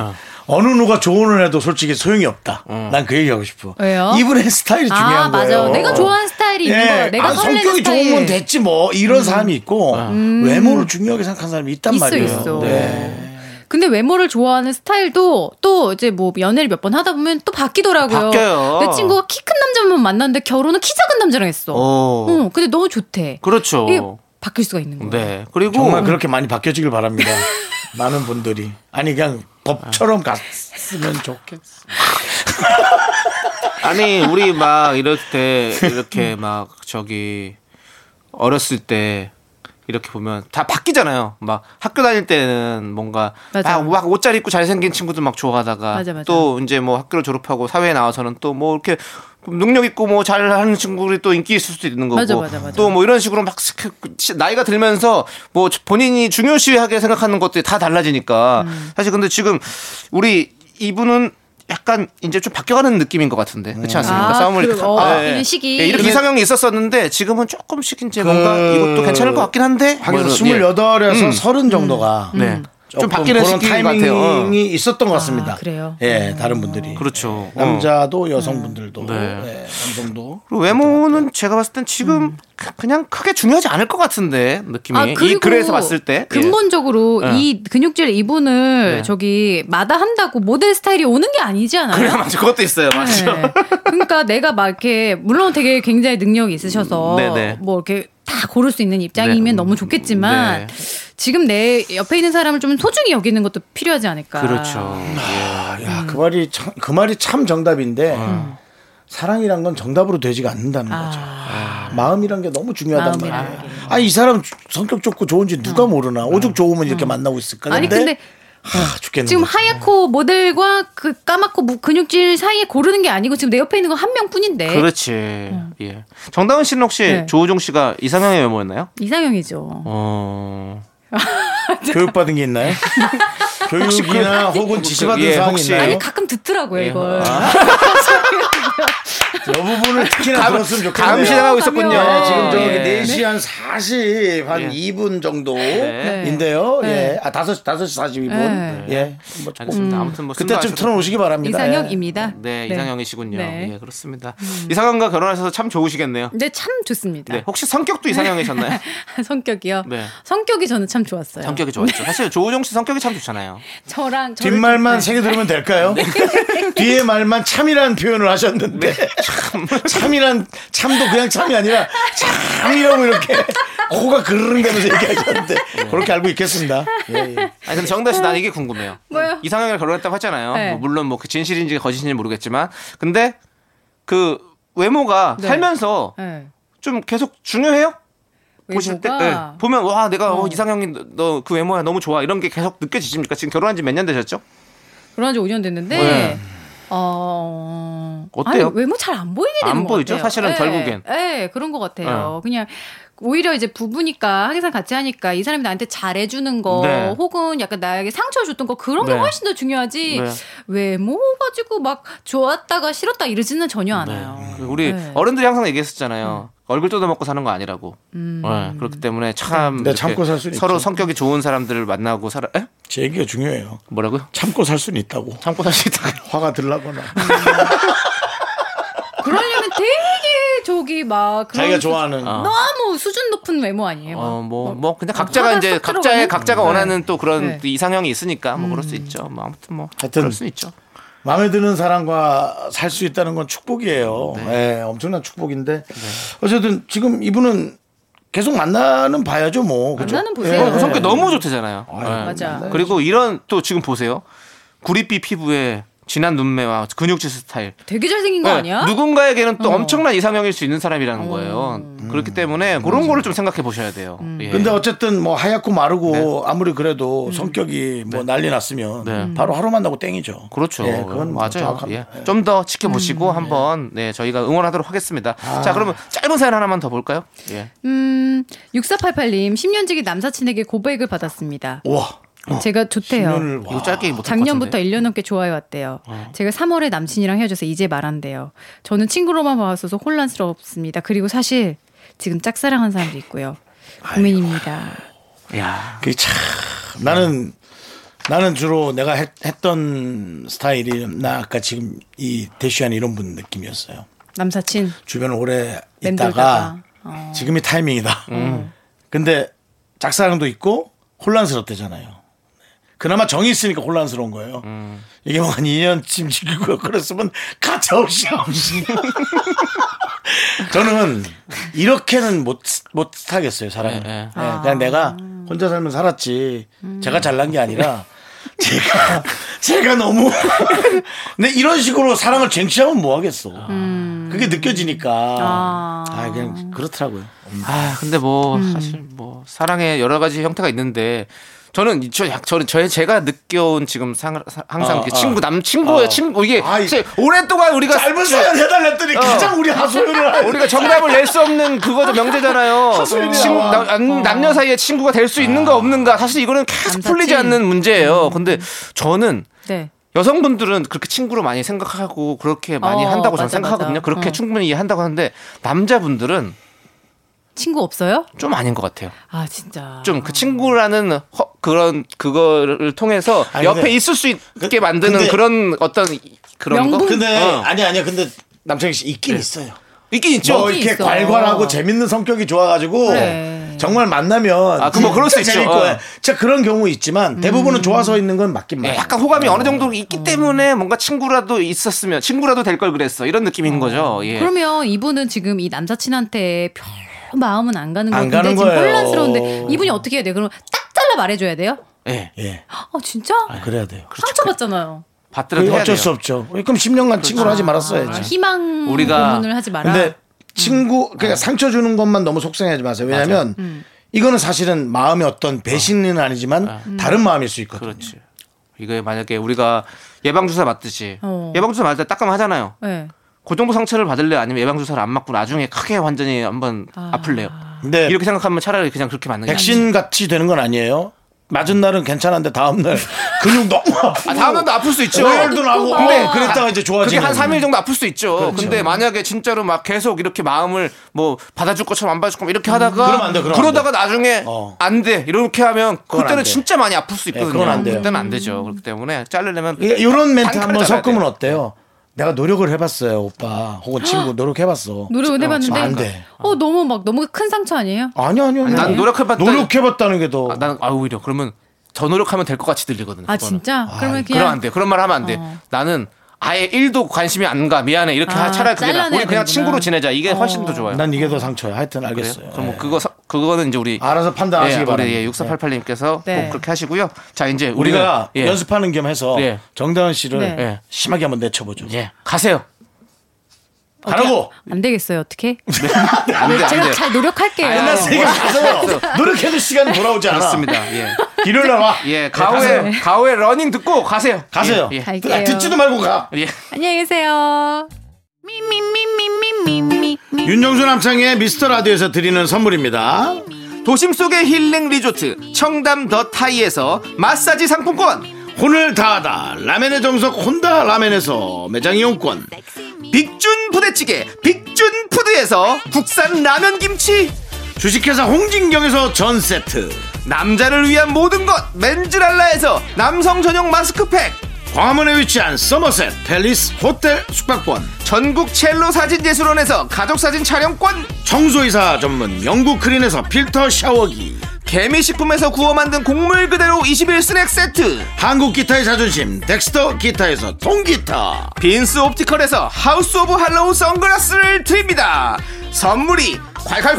[SPEAKER 1] 어느 누가 조언을 해도 솔직히 소용이 없다. 난 그 얘기하고 싶어.
[SPEAKER 6] 왜요?
[SPEAKER 1] 이분의 스타일이 중요한
[SPEAKER 6] 아, 맞아.
[SPEAKER 1] 거예요.
[SPEAKER 6] 내가 좋아하는 스타일이 있는 거야. 내가
[SPEAKER 1] 아,
[SPEAKER 6] 설레는
[SPEAKER 1] 성격이
[SPEAKER 6] 스타일. 음.
[SPEAKER 1] 좋으면 됐지 뭐 이런 사람이 있고
[SPEAKER 2] 음.
[SPEAKER 1] 외모를 중요하게 생각하는 사람이 있단
[SPEAKER 6] 있어,
[SPEAKER 1] 말이에요.
[SPEAKER 6] 있어.
[SPEAKER 1] 네.
[SPEAKER 6] 근데 외모를 좋아하는 스타일도 또 이제 뭐 연애를 몇 번 하다 보면 또 바뀌더라고요.
[SPEAKER 2] 바뀌어요.
[SPEAKER 6] 내 친구가 키 큰 남자만 만났는데 결혼은 키 작은 남자랑 했어.
[SPEAKER 2] 어.
[SPEAKER 6] 응, 근데 너무 좋대.
[SPEAKER 2] 그렇죠.
[SPEAKER 6] 이게 바뀔 수가 있는 거야.
[SPEAKER 2] 네. 그리고
[SPEAKER 1] 정말 그렇게 많이 바뀌어지길 바랍니다. *laughs* 많은 분들이 아니 그냥 법처럼 갔으면 좋겠어.
[SPEAKER 2] 아니 우리 막 이럴 때 이렇게 막 저기 어렸을 때 이렇게 보면 다 바뀌잖아요. 막 학교 다닐 때는 뭔가
[SPEAKER 6] 맞아.
[SPEAKER 2] 막, 막 옷 잘 입고 잘생긴 친구들 막 좋아하다가
[SPEAKER 6] 맞아, 맞아.
[SPEAKER 2] 또 이제 뭐 학교를 졸업하고 사회에 나와서는 또 뭐 이렇게 그럼 능력 있고 뭐 잘하는 친구들이 또 인기 있을 수도 있는 거고
[SPEAKER 6] 맞아, 맞아, 맞아.
[SPEAKER 2] 또 뭐 이런 식으로 막 스크- 나이가 들면서 뭐 본인이 중요시하게 생각하는 것들이 다 달라지니까
[SPEAKER 6] 음.
[SPEAKER 2] 사실 근데 지금 우리 이분은 약간 이제 좀 바뀌어가는 느낌인 것 같은데 그렇지 않습니까
[SPEAKER 6] 아,
[SPEAKER 2] 싸움을
[SPEAKER 6] 그,
[SPEAKER 2] 이렇게 가-
[SPEAKER 6] 어,
[SPEAKER 2] 아,
[SPEAKER 6] 바뀌는
[SPEAKER 2] 예.
[SPEAKER 6] 시기.
[SPEAKER 2] 예, 이렇게 이상형이 있었었는데 지금은 조금씩 이제 뭔가 이것도 괜찮을 것 같긴 한데 뭐
[SPEAKER 1] 하긴
[SPEAKER 2] 이런, 그 예.
[SPEAKER 1] 28에서 30 정도가
[SPEAKER 6] 음.
[SPEAKER 2] 네. 좀
[SPEAKER 1] 조금
[SPEAKER 2] 바뀌는
[SPEAKER 1] 그런
[SPEAKER 2] 시기인 것
[SPEAKER 1] 타이밍이
[SPEAKER 2] 같아요. 어.
[SPEAKER 1] 있었던 것 같습니다.
[SPEAKER 6] 그래요? 음.
[SPEAKER 1] 예, 다른 분들이.
[SPEAKER 2] 그렇죠. 어.
[SPEAKER 1] 남자도 여성분들도
[SPEAKER 2] 네.
[SPEAKER 1] 예, 남성도
[SPEAKER 2] 그리고 외모는 제가 봤을 땐 지금
[SPEAKER 6] 음.
[SPEAKER 2] 크- 그냥 크게 중요하지 않을 것 같은데 느낌이 이 글에서 봤을 때
[SPEAKER 6] 아, 근본적으로
[SPEAKER 2] 예.
[SPEAKER 6] 이 근육질 이분을
[SPEAKER 2] 예.
[SPEAKER 6] 저기 마다한다고 모델 스타일이 오는 게 아니잖아요.
[SPEAKER 2] 그래 *laughs* 맞아 그것도 있어요 맞죠
[SPEAKER 6] 네. 그러니까 내가 막 이렇게 물론 되게 굉장히 능력이
[SPEAKER 2] 음,
[SPEAKER 6] 있으셔서
[SPEAKER 2] 네네.
[SPEAKER 6] 뭐 이렇게 다 고를 수 있는 입장이면
[SPEAKER 2] 네.
[SPEAKER 6] 너무 좋겠지만
[SPEAKER 2] 네.
[SPEAKER 6] 지금 내 옆에 있는 사람을 좀 소중히 여기는 것도 필요하지 않을까.
[SPEAKER 2] 그렇죠
[SPEAKER 1] 아, 야, 그 말이 참, 그 말이 참 정답인데
[SPEAKER 2] 음.
[SPEAKER 1] 사랑이란 건 정답으로 되지가 않는다는
[SPEAKER 6] 아.
[SPEAKER 1] 거죠. 마음이란 게 음. 너무 중요하단
[SPEAKER 6] 마음이란
[SPEAKER 1] 말이에요. 아, 이 사람 성격 좋고 좋은지 누가 모르나. 오죽 좋으면 이렇게 만나고 있을까.
[SPEAKER 6] 아니, 근데
[SPEAKER 1] 하, 죽겠는
[SPEAKER 6] 지금
[SPEAKER 1] 음. 거지.
[SPEAKER 6] 하얗고 모델과 그 까맣고 무- 근육질 사이에 고르는 게 아니고 지금 내 옆에 있는 건 한 명뿐인데
[SPEAKER 2] 그렇지 예 정다은 씨는 혹시
[SPEAKER 6] 음. 네.
[SPEAKER 2] 조우종 씨가 이상형의 외모였나요?
[SPEAKER 6] 이상형이죠.
[SPEAKER 1] 음.
[SPEAKER 2] 어
[SPEAKER 1] 교육받은 게 *laughs* 있나요? 교육이나 혹은 지시받은 그
[SPEAKER 2] 예,
[SPEAKER 1] 사항이
[SPEAKER 2] 혹시-
[SPEAKER 1] 있나요?
[SPEAKER 6] 아니 가끔 듣더라고요
[SPEAKER 2] 예.
[SPEAKER 6] 이걸. *laughs*
[SPEAKER 1] 저그 부분을 특히나 들었으면 좋겠네요.
[SPEAKER 2] 감시당하고 있었군요
[SPEAKER 6] 네,
[SPEAKER 1] 지금 저기
[SPEAKER 2] 예.
[SPEAKER 1] 4시 한 40, 한 2분 네. 정도인데요. 예. 아, 5시, 5시 42분.
[SPEAKER 6] 네.
[SPEAKER 1] 예. 뭐 조금
[SPEAKER 6] 음.
[SPEAKER 2] 알겠습니다 아무튼 뭐
[SPEAKER 1] 그때쯤
[SPEAKER 2] 숨도 안 쉬고-
[SPEAKER 1] 틀어오시기 바랍니다. 예.
[SPEAKER 6] 이상형입니다.
[SPEAKER 2] 네 이상형이시군요
[SPEAKER 6] 네.
[SPEAKER 2] 예 그렇습니다 이상형과 결혼하셔서 참 좋으시겠네요
[SPEAKER 6] 근데 참 좋습니다.
[SPEAKER 2] 네 혹시 성격도 이상형이셨나요?
[SPEAKER 6] *laughs* 성격이요.
[SPEAKER 2] 네.
[SPEAKER 6] 성격이 저는 참 좋았어요.
[SPEAKER 2] 성격이 좋았죠 사실 조우종 씨 성격이 참 좋잖아요
[SPEAKER 6] 저랑 저를
[SPEAKER 1] 뒷말만 세개 들으면 될까요? *laughs* 뒤에 말만 참이란 표현을 하셨는데 참. 이란 참도 그냥 참이 아니라 참이라고 이렇게 코가 그르릉대면서 얘기하셨는데 그렇게 알고 있겠습니다. 예, 예.
[SPEAKER 2] 아니 근데 정다 씨난 이게 궁금해요.
[SPEAKER 6] 음. 뭐요?
[SPEAKER 2] 이상형이랑 결혼했다고 했잖아요.
[SPEAKER 6] 네.
[SPEAKER 2] 뭐 물론 뭐 그 진실인지 거짓인지 모르겠지만 근데 그 외모가
[SPEAKER 6] 네.
[SPEAKER 2] 살면서
[SPEAKER 6] 네.
[SPEAKER 2] 좀 계속 중요해요? 보실 때
[SPEAKER 6] 외모가
[SPEAKER 2] 네. 보면 와 내가 어, 이상형이 너 그 외모야 너무 좋아 이런 게 계속 느껴지십니까? 지금 결혼한 지 몇 년 되셨죠?
[SPEAKER 6] 결혼한 지 5년 됐는데
[SPEAKER 2] 네.
[SPEAKER 6] 어
[SPEAKER 2] 어때요?
[SPEAKER 6] 아니, 외모 잘 안 보이게 되는
[SPEAKER 2] 안
[SPEAKER 6] 것
[SPEAKER 2] 보이죠?
[SPEAKER 6] 같아요.
[SPEAKER 2] 사실은 결국엔. 어.
[SPEAKER 6] 네, 그런 것 같아요. 그냥 오히려 이제 부부니까 항상 같이 하니까 이 사람이 나한테 잘해주는 거
[SPEAKER 2] 네.
[SPEAKER 6] 혹은 약간 나에게 상처 를 줬던 거 그런 게
[SPEAKER 2] 네.
[SPEAKER 6] 훨씬 더 중요하지
[SPEAKER 2] 네.
[SPEAKER 6] 외모 가지고 막 좋았다가 싫었다 이러지는 전혀 않아요.
[SPEAKER 2] 그 우리
[SPEAKER 6] 네.
[SPEAKER 2] 어른들이 항상 얘기했었잖아요. 얼굴 뜯어먹고 사는 거 아니라고.
[SPEAKER 6] 음,
[SPEAKER 2] 네, 그렇기 때문에 참
[SPEAKER 1] 네,
[SPEAKER 2] 이렇게
[SPEAKER 1] 참고 살 수는
[SPEAKER 2] 서로
[SPEAKER 1] 있죠.
[SPEAKER 2] 성격이 좋은 사람들을 만나고 살아. 에?
[SPEAKER 1] 제 얘기가 중요해요.
[SPEAKER 2] 뭐라고요?
[SPEAKER 1] 참고 살 수는 있다고.
[SPEAKER 2] 참고 살 수 있다.
[SPEAKER 1] *laughs* 화가 들라거나
[SPEAKER 6] 그러려면 되게 저기 막 그런
[SPEAKER 1] 자기가 좋아하는
[SPEAKER 2] 아.
[SPEAKER 6] 너무 수준 높은 외모 아니에요?
[SPEAKER 2] 어 뭐 뭐 그냥
[SPEAKER 6] 어,
[SPEAKER 2] 각자가
[SPEAKER 6] 화가
[SPEAKER 2] 이제
[SPEAKER 6] 싹
[SPEAKER 2] 각자의
[SPEAKER 6] 들어가는?
[SPEAKER 2] 각자가 원하는 또 그런
[SPEAKER 6] 네. 음.
[SPEAKER 2] 또 이상형이 있으니까 뭐 그럴 수 있죠. 뭐 아무튼 뭐
[SPEAKER 1] 하여튼
[SPEAKER 2] 그럴 수 있죠.
[SPEAKER 1] 마음에 드는 사람과 살 수 있다는 건 축복이에요. 예, 엄청난 축복인데 어쨌든 지금 이분은 계속 만나는 봐야죠, 뭐. 그죠?
[SPEAKER 6] 만나는 보세요.
[SPEAKER 1] 예.
[SPEAKER 2] 그 성격 너무 좋대잖아요. 네.
[SPEAKER 6] 맞아.
[SPEAKER 1] 네.
[SPEAKER 2] 그리고 이런 또 지금 보세요. 구릿빛 피부에 진한 눈매와 근육질 스타일.
[SPEAKER 6] 되게 잘생긴 거
[SPEAKER 2] 네,
[SPEAKER 6] 아니야? 음.
[SPEAKER 2] 누군가에게는
[SPEAKER 1] 어.
[SPEAKER 2] 또 엄청난 이상형일 수 있는 사람이라는 거예요. 그렇기 때문에 그런 거를 좀 생각해 보셔야 돼요.
[SPEAKER 6] 음.
[SPEAKER 2] 예.
[SPEAKER 1] 음. 그렇죠. 근데 어쨌든 뭐 하얗고 마르고 아무리 그래도 성격이 뭐 난리 났으면
[SPEAKER 2] 음. 네.
[SPEAKER 1] 바로 하루 만나고 땡이죠.
[SPEAKER 2] 그렇죠.
[SPEAKER 1] 예, 그건 뭐
[SPEAKER 2] 맞아요.
[SPEAKER 1] 정확합니다. 예.
[SPEAKER 2] 좀 더 지켜보시고
[SPEAKER 6] 음.
[SPEAKER 2] 한번 네, 저희가 응원하도록 하겠습니다.
[SPEAKER 1] 아.
[SPEAKER 2] 자, 그러면 짧은 사연 하나만 더 볼까요? 예.
[SPEAKER 6] 음, 6488님, 10년지기 남사친에게 고백을 받았습니다.
[SPEAKER 1] 우와.
[SPEAKER 6] 제가 좋대요.
[SPEAKER 2] 이거 짧게 못할 것
[SPEAKER 6] 작년부터
[SPEAKER 2] 같은데.
[SPEAKER 6] 1년 넘게 좋아해왔대요.
[SPEAKER 1] 어.
[SPEAKER 6] 제가 3월에 남친이랑 헤어져서 이제 말한대요. 저는 친구로만 봐왔어서 혼란스럽습니다. 그리고 사실 지금 짝사랑한 사람도 있고요. 고민입니다.
[SPEAKER 2] 야.
[SPEAKER 1] 그게 참 나는 나는 주로 내가 했, 던 스타일이 나 아까 지금 이 대시한 이런 분 느낌이었어요.
[SPEAKER 6] 남사친.
[SPEAKER 1] 주변을 오래
[SPEAKER 6] 맴돌다가. 어.
[SPEAKER 1] 있다가 지금이 타이밍이다.
[SPEAKER 2] 음.
[SPEAKER 1] 근데 짝사랑도 있고 혼란스럽대잖아요. 그나마 정이 있으니까 혼란스러운 거예요.
[SPEAKER 2] 음.
[SPEAKER 1] 이게 뭐 한 2년쯤 지키고 *laughs* 그랬으면 가차없이 없이. 저는 이렇게는 못, 못 타겠어요, 사람을.
[SPEAKER 2] 네, 네.
[SPEAKER 1] 예, 그냥 내가 혼자 살면 살았지. 제가 잘난 게 아니라 제가, 제가 너무. *laughs* 근데 이런 식으로 사랑을 쟁취하면 뭐 하겠어.
[SPEAKER 2] 아.
[SPEAKER 1] 그게 느껴지니까. 아,
[SPEAKER 2] 음.
[SPEAKER 1] 그냥 그렇더라고요.
[SPEAKER 6] 음.
[SPEAKER 2] 아, 근데 뭐 사실 뭐 사랑의 여러 가지 형태가 있는데 저는 이- 저 약- 저는 저 제가 느껴온 지금 상, 상- 항상
[SPEAKER 1] 어,
[SPEAKER 2] 이렇게
[SPEAKER 1] 어.
[SPEAKER 2] 친구 남 친구예요 친구 이게
[SPEAKER 1] 아, 이-
[SPEAKER 2] 사실 오랫동안 우리가
[SPEAKER 1] 짧은 사연 해달랬더니 가장 우리
[SPEAKER 2] *laughs*
[SPEAKER 1] 하소연을 하는
[SPEAKER 2] 우리가 정답을 낼 수 없는 그거죠 명제잖아요. 친구, 남, 남녀 사이에 친구가 될 수 있는가
[SPEAKER 1] 아.
[SPEAKER 2] 없는가 사실 이거는 계속
[SPEAKER 6] 어. 남사친. 음.
[SPEAKER 2] 풀리지 않는 문제예요. 근데 저는
[SPEAKER 6] 네.
[SPEAKER 2] 여성분들은 그렇게 친구로 많이 생각하고 그렇게 많이
[SPEAKER 6] 어,
[SPEAKER 2] 한다고 저는
[SPEAKER 6] 맞아,
[SPEAKER 2] 생각하거든요.
[SPEAKER 6] 맞아.
[SPEAKER 2] 그렇게
[SPEAKER 6] 어.
[SPEAKER 2] 충분히 이해한다고 하는데 남자분들은
[SPEAKER 6] 친구 없어요?
[SPEAKER 2] 좀 아닌 것 같아요.
[SPEAKER 6] 아 진짜.
[SPEAKER 2] 좀 그 친구라는 허- 그런 그거를 통해서
[SPEAKER 1] 아니,
[SPEAKER 2] 옆에
[SPEAKER 1] 근데-
[SPEAKER 2] 있을 수 있게
[SPEAKER 1] 그-
[SPEAKER 2] 만드는
[SPEAKER 1] 근데-
[SPEAKER 2] 그런 어떤 이- 그런 거
[SPEAKER 6] 명분?
[SPEAKER 1] 근데
[SPEAKER 2] 어.
[SPEAKER 1] 아니 아니야 근데 남창희 씨 있긴 있어요.
[SPEAKER 2] 있긴 있죠.
[SPEAKER 1] 뭐 이렇게
[SPEAKER 6] 있어.
[SPEAKER 1] 괄괄하고 재밌는 성격이 좋아가지고
[SPEAKER 6] 그래.
[SPEAKER 1] 정말 만나면
[SPEAKER 2] 아, 그뭐 그럴 수
[SPEAKER 1] 진짜
[SPEAKER 2] 있죠.
[SPEAKER 1] 재밌고
[SPEAKER 2] 어.
[SPEAKER 1] 진짜 그런 경우 있지만 대부분은 좋아서 있는 건 맞긴
[SPEAKER 2] 예,
[SPEAKER 1] 맞아요.
[SPEAKER 2] 약간 호감이 어느 정도 있기 때문에 뭔가 친구라도 있었으면 친구라도 될 걸 그랬어 이런 느낌인 거죠.
[SPEAKER 1] 네.
[SPEAKER 2] 예.
[SPEAKER 6] 그러면 이분은 지금 이 남사친한테 별 마음은 안 가는
[SPEAKER 1] 안
[SPEAKER 6] 건데
[SPEAKER 1] 가는
[SPEAKER 6] 지금
[SPEAKER 1] 거예요.
[SPEAKER 6] 혼란스러운데 이분이 어떻게 해야 돼? 그러면 딱 잘라 말해줘야 돼요?
[SPEAKER 2] 예.
[SPEAKER 1] 예
[SPEAKER 6] 아 진짜?
[SPEAKER 1] 그래야 돼요.
[SPEAKER 2] 그렇죠.
[SPEAKER 6] 상처받잖아요.
[SPEAKER 2] 받들어도 해야
[SPEAKER 1] 어쩔
[SPEAKER 2] 돼요.
[SPEAKER 1] 수 없죠. 그럼 10년간
[SPEAKER 2] 그렇죠.
[SPEAKER 1] 친구를 하지 말았어야지.
[SPEAKER 6] 아, 희망
[SPEAKER 2] 네. 우리가-
[SPEAKER 6] 고문을 하지 마라.
[SPEAKER 2] 음.
[SPEAKER 1] 근데 친구
[SPEAKER 2] 아.
[SPEAKER 1] 그러니까 상처 주는 것만 너무 속상해하지 마세요. 왜냐하면
[SPEAKER 2] 음.
[SPEAKER 1] 이거는 사실은 마음이 어떤 배신은 아니지만 다른 마음일 수 있거든요.
[SPEAKER 2] 그렇지. 이게 만약에 우리가 예방 주사 맞듯이
[SPEAKER 6] 어.
[SPEAKER 2] 예방 주사 맞을 때 따끔 하잖아요.
[SPEAKER 6] 네.
[SPEAKER 2] 그 정도 상처를 받을래 아니면 예방 주사를 안 맞고 나중에 크게 완전히 한번 아... 플래요
[SPEAKER 6] 네.
[SPEAKER 1] 근데
[SPEAKER 2] 이렇게 생각하면 차라리 그냥 그렇게 맞는 게
[SPEAKER 1] 백신 같이 되는 건 아니에요. 맞은 날은 괜찮은데 다음
[SPEAKER 2] *laughs*
[SPEAKER 1] 날 근육 너무 아프고
[SPEAKER 2] 아, 다음에도 아플 수 있죠.
[SPEAKER 1] 오열도 나고
[SPEAKER 6] 근데
[SPEAKER 1] 어, 그랬다가 이제
[SPEAKER 2] 그게
[SPEAKER 1] 좋아지는 그렇죠.
[SPEAKER 2] 한 3일 정도 아플 수 있죠. 근데 만약에 진짜로 막 계속 이렇게 마음을 뭐 받아줄 것처럼 안 받아줄 것처럼 이렇게 하다가
[SPEAKER 1] 그러면 안 돼, 그러면
[SPEAKER 2] 러다가 나중에
[SPEAKER 1] 어.
[SPEAKER 2] 안 돼. 이렇게 하면
[SPEAKER 1] 안 돼. 예,
[SPEAKER 2] 그때는 진짜 많이 아플 수 있거든요.
[SPEAKER 1] 그건 안 돼요. 예.
[SPEAKER 2] 그때는 안 되죠. 그렇기 때문에 자르려면
[SPEAKER 1] 이런 그러니까 멘트
[SPEAKER 2] 단칼에
[SPEAKER 1] 한번
[SPEAKER 2] 잘라야
[SPEAKER 1] 섞으면
[SPEAKER 2] 돼요.
[SPEAKER 1] 어때요? 내가 노력을 해봤어요, 오빠 혹은 친구 노력해봤어. 아,
[SPEAKER 6] 노력은 해봤는데
[SPEAKER 1] 안 돼.
[SPEAKER 6] 어 너무 막 너무 큰 상처 아니에요?
[SPEAKER 1] 아니 아니요.
[SPEAKER 2] 아니, 난 노력해봤다.
[SPEAKER 1] 노력해봤다는 게 더.
[SPEAKER 2] 아, 난 아, 오히려 그러면 더 노력하면 될 것 같이 들리거든요.
[SPEAKER 6] 아
[SPEAKER 2] 그거는.
[SPEAKER 6] 진짜? 그러면 그냥
[SPEAKER 2] 그럼 안 돼. 그런 말 하면 안 돼. 나는 아예 1도 관심이 안 가. 미안해. 이렇게
[SPEAKER 6] 아,
[SPEAKER 2] 하- 차라리 그게 나. 우리
[SPEAKER 6] 잘라내야
[SPEAKER 2] 그냥
[SPEAKER 6] 되는구나.
[SPEAKER 2] 친구로 지내자. 이게 훨씬 더 좋아요.
[SPEAKER 1] 어, 난 이게 더 상처야. 하여튼
[SPEAKER 2] 그래요?
[SPEAKER 1] 알겠어요. 예.
[SPEAKER 2] 그럼 뭐 그거 서- 그거는 이제 우리
[SPEAKER 1] 알아서 판단하시기
[SPEAKER 2] 예,
[SPEAKER 1] 바랍니다.
[SPEAKER 2] 우리 예, 6488님께서
[SPEAKER 6] 네.
[SPEAKER 2] 꼭 그렇게 하시고요. 자, 이제
[SPEAKER 1] 우리가
[SPEAKER 2] 우리가 예.
[SPEAKER 1] 연습하는 겸 해서
[SPEAKER 2] 예.
[SPEAKER 1] 정다은 씨를
[SPEAKER 6] 네.
[SPEAKER 2] 예.
[SPEAKER 1] 심하게 한번 내쳐보죠.
[SPEAKER 2] 예. 가세요.
[SPEAKER 1] 가라고.
[SPEAKER 6] 안 되겠어요 어떻게?
[SPEAKER 2] 안 아, 돼, 안
[SPEAKER 6] 제가
[SPEAKER 2] 돼.
[SPEAKER 6] 잘 노력할게요.
[SPEAKER 1] 끝났어. 이거 가서 노력해도 시간 돌아오지 않아.
[SPEAKER 2] 그렇습니다. 예.
[SPEAKER 1] 일요일 날 와.
[SPEAKER 2] 예, 가오의 가오의 러닝 듣고 가세요.
[SPEAKER 1] 네, 가세요. 아,
[SPEAKER 2] 예. 예.
[SPEAKER 6] 갈게요.
[SPEAKER 1] 듣지도 말고 가.
[SPEAKER 2] 예.
[SPEAKER 6] 안녕히 계세요.
[SPEAKER 1] 윤정수 남창의 미스터 라디오에서 드리는 선물입니다.
[SPEAKER 2] 도심 속의 힐링 리조트 청담 더 타이에서 마사지 상품권,
[SPEAKER 1] 혼을 다하다 라멘의 정석 혼다 라멘에서 매장 이용권
[SPEAKER 2] 빅준 부대찌개 빅준 푸드에서 국산 라면 김치,
[SPEAKER 1] 주식회사 홍진경에서 전세트
[SPEAKER 2] 남자를 위한 모든 것 맨즈랄라에서 남성 전용 마스크팩,
[SPEAKER 1] 광화문에 위치한 서머셋 팰리스 호텔 숙박권
[SPEAKER 2] 전국 첼로 사진 예술원에서 가족 사진 촬영권,
[SPEAKER 1] 청소이사 전문 영국 크린에서 필터 샤워기
[SPEAKER 2] 개미식품에서 구워 만든 곡물 그대로 21 스낵 세트,
[SPEAKER 1] 한국 기타의 자존심 덱스터 기타에서 통기타
[SPEAKER 2] 빈스 옵티컬에서 하우스 오브 할로우 선글라스를 드립니다. 선물이 콸콸콸!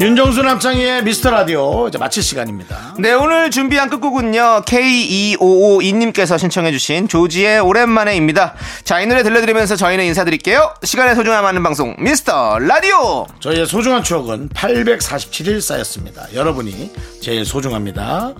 [SPEAKER 1] 윤정수 남창희의 미스터 라디오 이제 마칠 시간입니다
[SPEAKER 2] 네, 오늘 준비한 끝곡은요. E K2552님께서 신청해주신 조지의 오랜만에입니다. 자, 이 노래 들려드리면서 저희는 인사드릴게요. 시간의 소중함 하는 방송, 미스터 라디오!
[SPEAKER 1] 저희의 소중한 추억은 847일 쌓였습니다 여러분이 제일 소중합니다